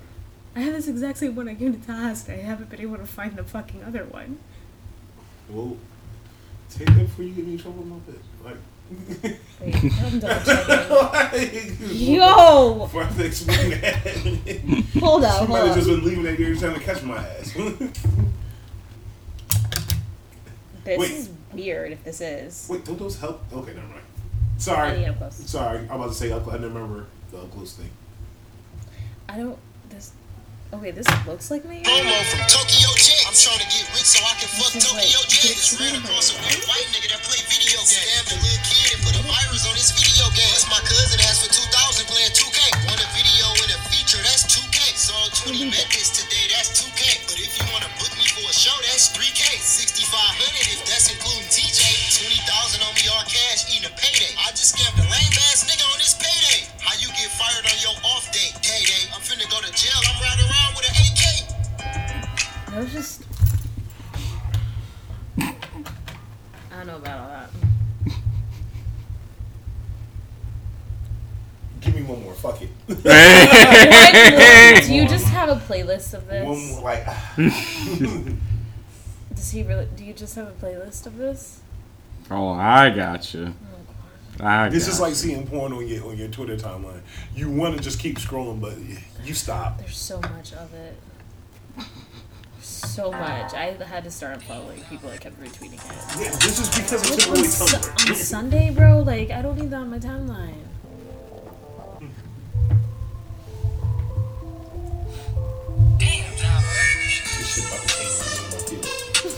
S3: I have this exact same one I gave to Taz. I haven't been able to find the fucking other one.
S6: Well, take that before you get me in trouble, my bitch. Like,
S3: Wait, I'm double checking.
S6: like
S3: (laughs) Yo,
S6: (laughs) Before I have to (laughs) explain that, somebody
S3: hold up, hold
S6: just
S3: up.
S6: been leaving that here trying to catch my ass. (laughs)
S3: This
S6: wait.
S3: is weird. If this is,
S6: Wait, don't those help? Okay, never mind.
S3: I need
S6: Sorry,
S3: up close.
S6: sorry. I'm about to say up- I didn't remember the up close thing.
S3: I don't. This. Okay, this looks like my earring.
S7: promo from Tokyo Jet. I'm trying to get rich so I can fuck
S3: This is
S7: Tokyo
S3: like
S7: Jet.
S3: six
S7: Just ran
S3: numbers,
S7: across a
S3: right?
S7: weird white nigga that played video games. Scammed a little kid and put a virus on his video game. Plus my cousin asked for 2000 playing 2K. Want a video and a feature, that's 2K. Sold 20
S3: Mm-hmm.
S7: methods today, that's 2K. But if you want to book me for a show, that's 3K. 6500 if that's including TJ. 20,000 on me all cash eating a payday. I just scammed a lame ass nigga on his payday. How you get fired on your off day? Payday. I'm finna go to jail. I'm riding around with an AK.
S3: That was just. I don't know about all that.
S6: Give me one more. Fuck it.
S3: Do you just have a playlist of this?
S6: (laughs) One more, like. (sighs)
S3: Does he really? Do you just have a playlist of this?
S4: (laughs) Oh, I got you. I
S6: This
S4: got
S6: is like
S4: you.
S6: seeing porn on your on your Twitter timeline. You want to just keep scrolling, but you stop.
S3: There's so much of it. So much. I had to start unfollowing people that kept retweeting it.
S6: Yeah, this is because it
S3: Which
S6: took away
S3: was su- on
S6: Tumblr.
S3: Sunday, bro. Like I don't need that on my timeline.
S6: This shit about to change my feelings.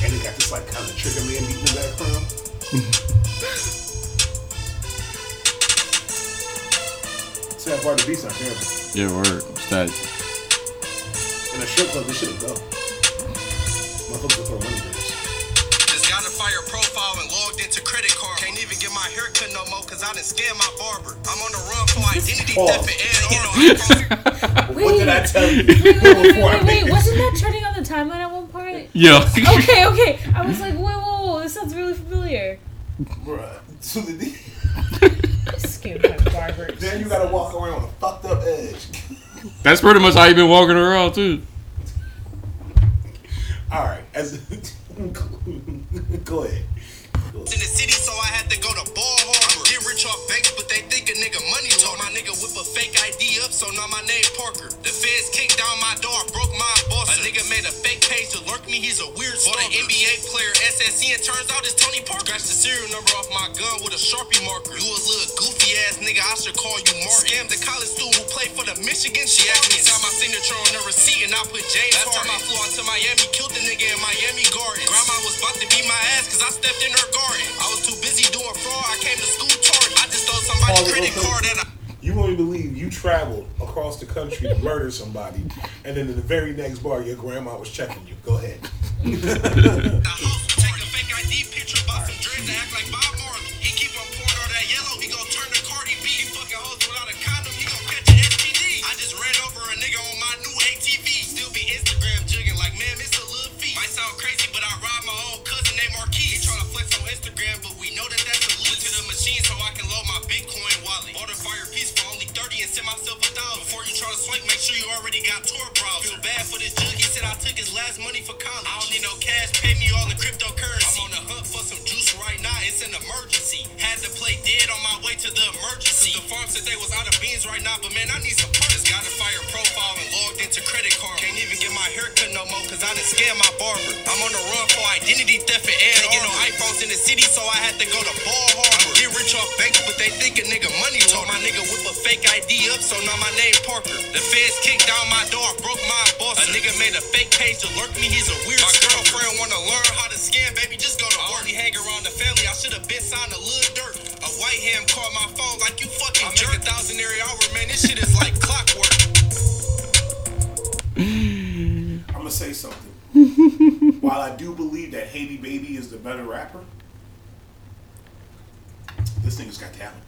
S6: And it got this like kind of trigger man beat in the background. Sad part of the beat's not terrible.
S4: Yeah, word. It's that.
S6: In a strip club, this shit will go. Motherfuckers will throw money to this.
S8: Just got a fire profile and logged into credit card. Can't even get my hair cut no more cause I done scammed my barber. I'm on the run for identity theft and AR.
S6: What did I tell you?
S3: (laughs) Wait, wait, wait,
S6: Before I
S3: wait, wait.
S6: make this-
S3: Wasn't that trending on the timeline at one point?
S6: (laughs)
S4: Yeah.
S3: Okay, okay. I was like, whoa, whoa, whoa. This sounds really familiar.
S6: Bruh. So the-
S3: Scammed by barbers.
S6: Then you gotta walk around with a fucked up edge.
S4: (laughs) That's pretty much how you been walking around too.
S6: All right. As (laughs) go ahead. Go ahead.
S8: in the city, so I had to go to Ball Harbor. Get rich off banks, but they think a nigga money talk. My nigga whip a fake ID up, so now my name Parker. The feds kicked down my door, broke my boss. A nigga made a fake page to lurk me, he's a weird stalker. Bought an NBA player, SSC, and turns out it's Tony Parker. Scratched the serial number off my gun with a Sharpie marker. You a little goofy ass nigga, I should call you Martin. Scammed the college student who played for the Michigan. She asked me to sign my signature on the receipt, and I put James Last time I flew out to Miami, killed the nigga in Miami Gardens. Grandma was about to beat my ass, cause I stepped in her garden. I was too busy doing fraud, I came to school tardy. I just stole somebody's
S6: Pause it real
S8: credit
S6: quick.
S8: card and I.
S6: You won't believe you traveled across the country to murder somebody, and then in the very next bar, your grandma was checking you. Go ahead.
S8: the house, take a fake ID picture, buy some dreads and act like Bob Marley. He keep on pouring all that yellow, he gon' turn to Cardi B. He fucking hoes without a condom, he gon' catch an STD. I just ran over a nigga on my new ATV. Still be Instagram jugging like, man, it's a little feat. Might sound crazy, but I ride my old cousin named Marquis. He tryna flex on Instagram, but we know that that's a loot. to the machine so I can load my Bitcoin wallet. Bought a fire piece for only 30 and sent myself a dollar. Before you try to swank, make sure you already got Tor browser. Feel bad for this jug, he said I took his last money for college. I don't need no cash, pay me all in cryptocurrency. I'm on the hunt for some juice right now, it's an emergency. Had to play dead on my way to the emergency. The farm said they was out of beans right now, but man, I need some parts. Got a fire profile and logged into credit card. Can't even get my hair cut no more, cause I done scammed my barber. I'm on the run for identity theft and ad. Taking no iPhones in the city, so I had to go to Ball Harbor. Get rich off banks, but they think a nigga money talk. My nigga whip a fake ID up, so now my name Parker. The feds kicked down my door, broke my boss. A nigga made a fake page to lurk me, he's a weird My girlfriend wanna learn how to scam, baby, just go to work. I only hang around the family, I should've been signed a little dirt. A white ham called my phone like you fucking I jerk. make a thousand every hour, man, this shit is like clockwork.
S6: I'm gonna
S3: (laughs)
S6: say something. While I do believe that Haiti Baby is the better rapper, this nigga's got talent.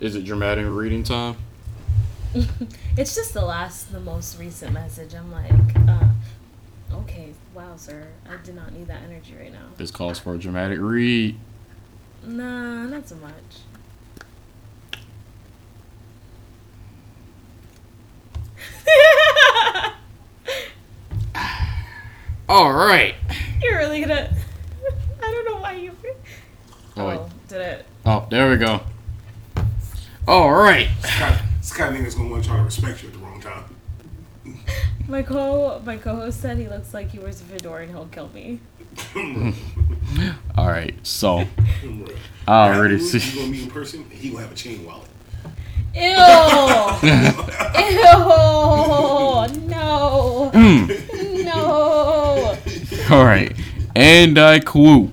S4: Is it dramatic reading time?
S3: It's just the last, the most recent message. I'm like, uh, okay, wow, sir. I do not need that energy right now.
S4: This calls for a dramatic read.
S3: Nah, not so much. (laughs)
S4: All right.
S3: You're really gonna. (laughs) I don't know why you.
S4: Oh, wait.
S3: did it?
S4: oh there we go. All right.
S6: This kind of, this kind of nigga's gonna want to try to respect you at the wrong time.
S3: My co my co-host said he looks like he wears a fedora and he'll kill me.
S4: All right. So
S6: Don't worry.
S4: I
S6: (laughs)
S4: already
S6: Afterwards, You
S4: see.
S6: gonna meet in person? and He gonna have a chain wallet.
S3: Ew! Ew! (laughs) No! No!
S4: (laughs) All right. And I quote.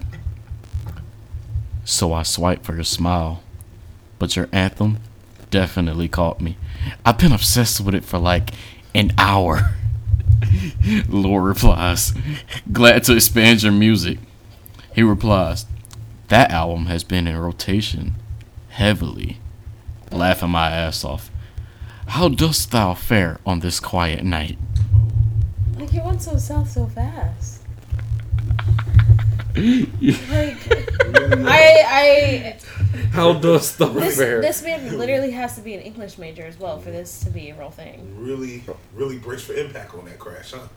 S4: So I swipe for your smile, but your anthem definitely caught me. I've been obsessed with it for like an hour. (laughs) Lord replies, glad to expand your music. He replies, that album has been in rotation heavily. Laughing my ass off. How dost thou fare on this quiet night?
S3: Like he went so south so fast. Like I I
S4: How dost thou
S3: this this man literally has to be an English major as well for this to be a real thing.
S6: Really, really brace for impact on that crash, huh?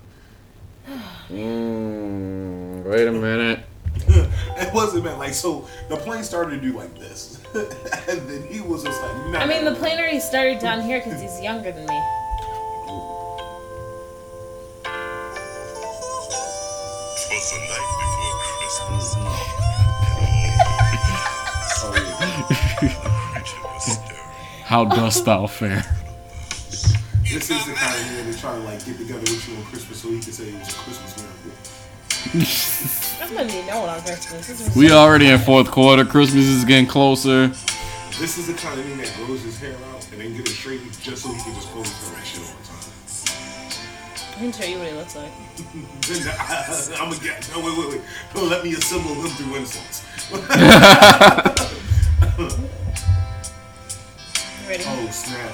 S4: Mm, wait a minute.
S6: (laughs) it wasn't meant like so. The plane started to do like this, (laughs) and then he was just like, nah.
S3: I mean the plane already started down here because he's younger than me.
S8: was the night before Christmas.
S4: How dost thou fare?
S6: This is the kind of nigga that's trying to like get together with you on Christmas so he can say it was a Christmas miracle.
S3: I'm gonna be known on Christmas. This is-
S4: We already in fourth quarter. Christmas is getting closer.
S6: This is the kind of nigga that grows his hair out and then get it straightened just so he can just pull his hair and shit all the time.
S3: I can show you what he looks like.
S6: Then I, I'm a guy. No, wait, wait, wait. Don't let me assemble them through insults. Oh,
S3: You ready?
S6: Oh snap!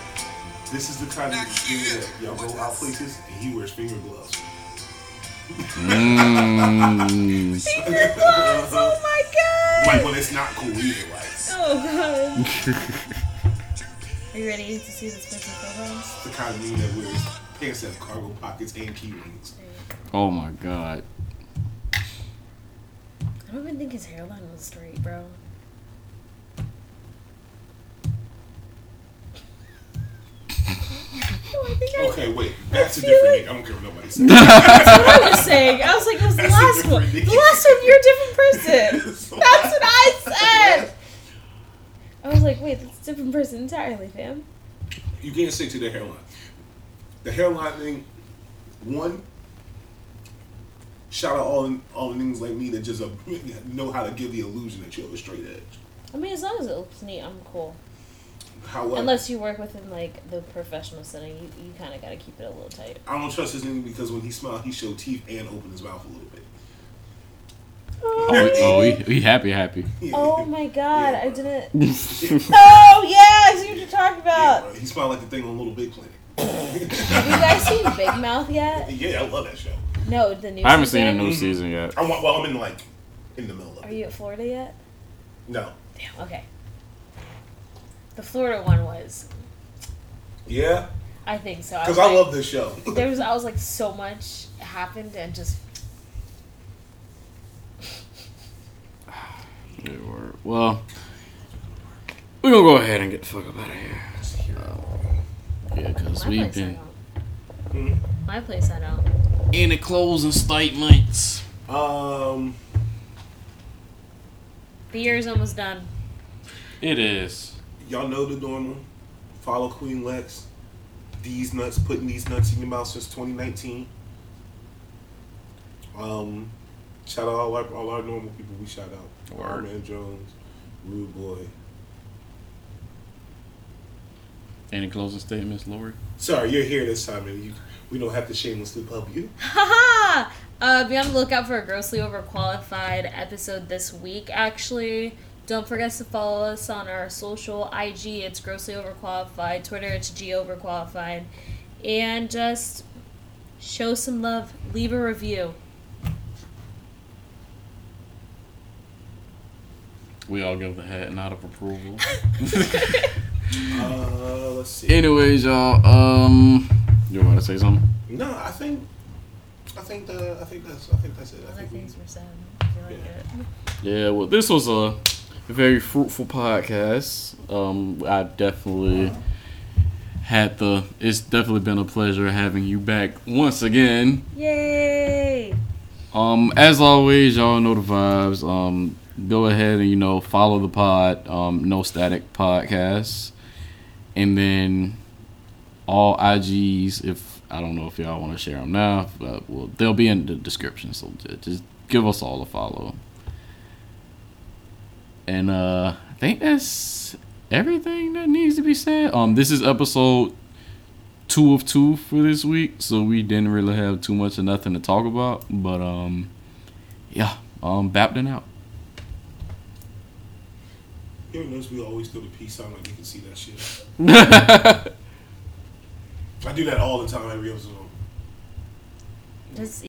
S6: This is the kind of nigga that y'all go out places and he wears finger gloves.
S4: Mm.
S3: Finger gloves! Oh my god!
S6: Like when it's not cool either. Like (laughs)
S3: Oh god. Are you ready to see this person's photos?
S6: The kind of dude that wears pants that have cargo pockets and key rings.
S4: Oh my god.
S3: I don't even think his hairline was straight, bro. Oh, I think I-
S6: Okay, wait. That's a different Nick. I don't care what nobody says.
S3: That's what I was saying. I was like, it was the
S6: That's a
S3: last one.
S6: different
S3: The last one, you're a different
S6: (laughs)
S3: person.
S6: That's
S3: That's what I said. I was like, wait, that's a different person entirely, fam.
S6: You can't stick to the hairline. The hairline thing, one, shout out all all the niggas like me that just (laughs) uh, know how to give the illusion that you're a straight edge.
S3: I mean, as long as it looks neat, I'm cool.
S6: However,
S3: Unless you work within like the professional setting, you, you kind of got to keep it a little tight.
S6: I don't trust this nigga because when he smiled, he showed teeth and opened his mouth a little bit.
S4: Oh, oh he, he happy, happy.
S3: Oh my god, I didn't.
S6: Yeah,
S3: (laughs) Oh yeah, I see what you're talking about.
S6: bro. He smiled like the thing on Little Big Planet.
S3: Have (laughs) you guys seen Big Mouth yet?
S6: Yeah, I love that show.
S3: No, the new.
S4: I haven't seen a
S3: season?
S4: new season yet.
S6: I want. Well, I'm in like in the middle of
S3: Are
S6: it.
S3: you at Florida yet?
S6: No.
S3: Damn. Okay. The Florida one was.
S6: Yeah,
S3: I think so.
S6: because
S3: was
S6: I
S3: like-
S6: love
S3: (laughs)
S6: this show.
S3: There was. I was like, so much happened and just.
S4: Yeah, word. Well, we're gonna go ahead and get the fuck up out of here. Uh, Yeah, because
S3: My
S4: we've
S3: place, I
S4: been
S3: don't. My place, I don't.
S4: in the closing statements.
S6: Um,
S3: The year is almost done.
S4: It is.
S6: y'all know the normal. Follow Queen Lex. These nuts, putting these nuts in your mouth since 2019. Um, shout out all our, all our normal people. We shout out
S4: Word.
S6: Iron Man Jones, Rude Boy.
S4: Any closing statements, Lori?
S6: Sorry, you're here this time, and you, we don't have to shamelessly pub you.
S3: Haha! Uh, be on the lookout for a grossly overqualified episode this week, actually. Don't forget to follow us on our social IG. It's grossly overqualified. Twitter, it's G overqualified. And just show some love. Leave a review.
S4: We all give the hat nod of (laughs) approval.
S6: Uh, let's see.
S4: Anyways, y'all. Um, you want to say something?
S6: no, I think, I think that, I think that's, I think that's it. I
S3: Other
S6: think we,
S3: things were said. I feel like it.
S4: Yeah. Well, this was a very fruitful podcast. Um, I definitely had the. It's definitely been a pleasure having you back once again.
S3: Yay!
S4: Um, as always, y'all know the vibes. Um, go ahead and you know follow the pod. Um, no static podcast, and then all IGs. If I don't know if y'all want to share them now, but well, they'll be in the description. So ju- just give us all a follow. And uh, I think that's everything that needs to be said. Um, this is episode two of two for this week, so we didn't really have too much of nothing to talk about. But um, yeah, um, Bapton out.
S6: you ever notice we always throw the peace sign like you can see that shit. I do that all the time every episode.
S3: Just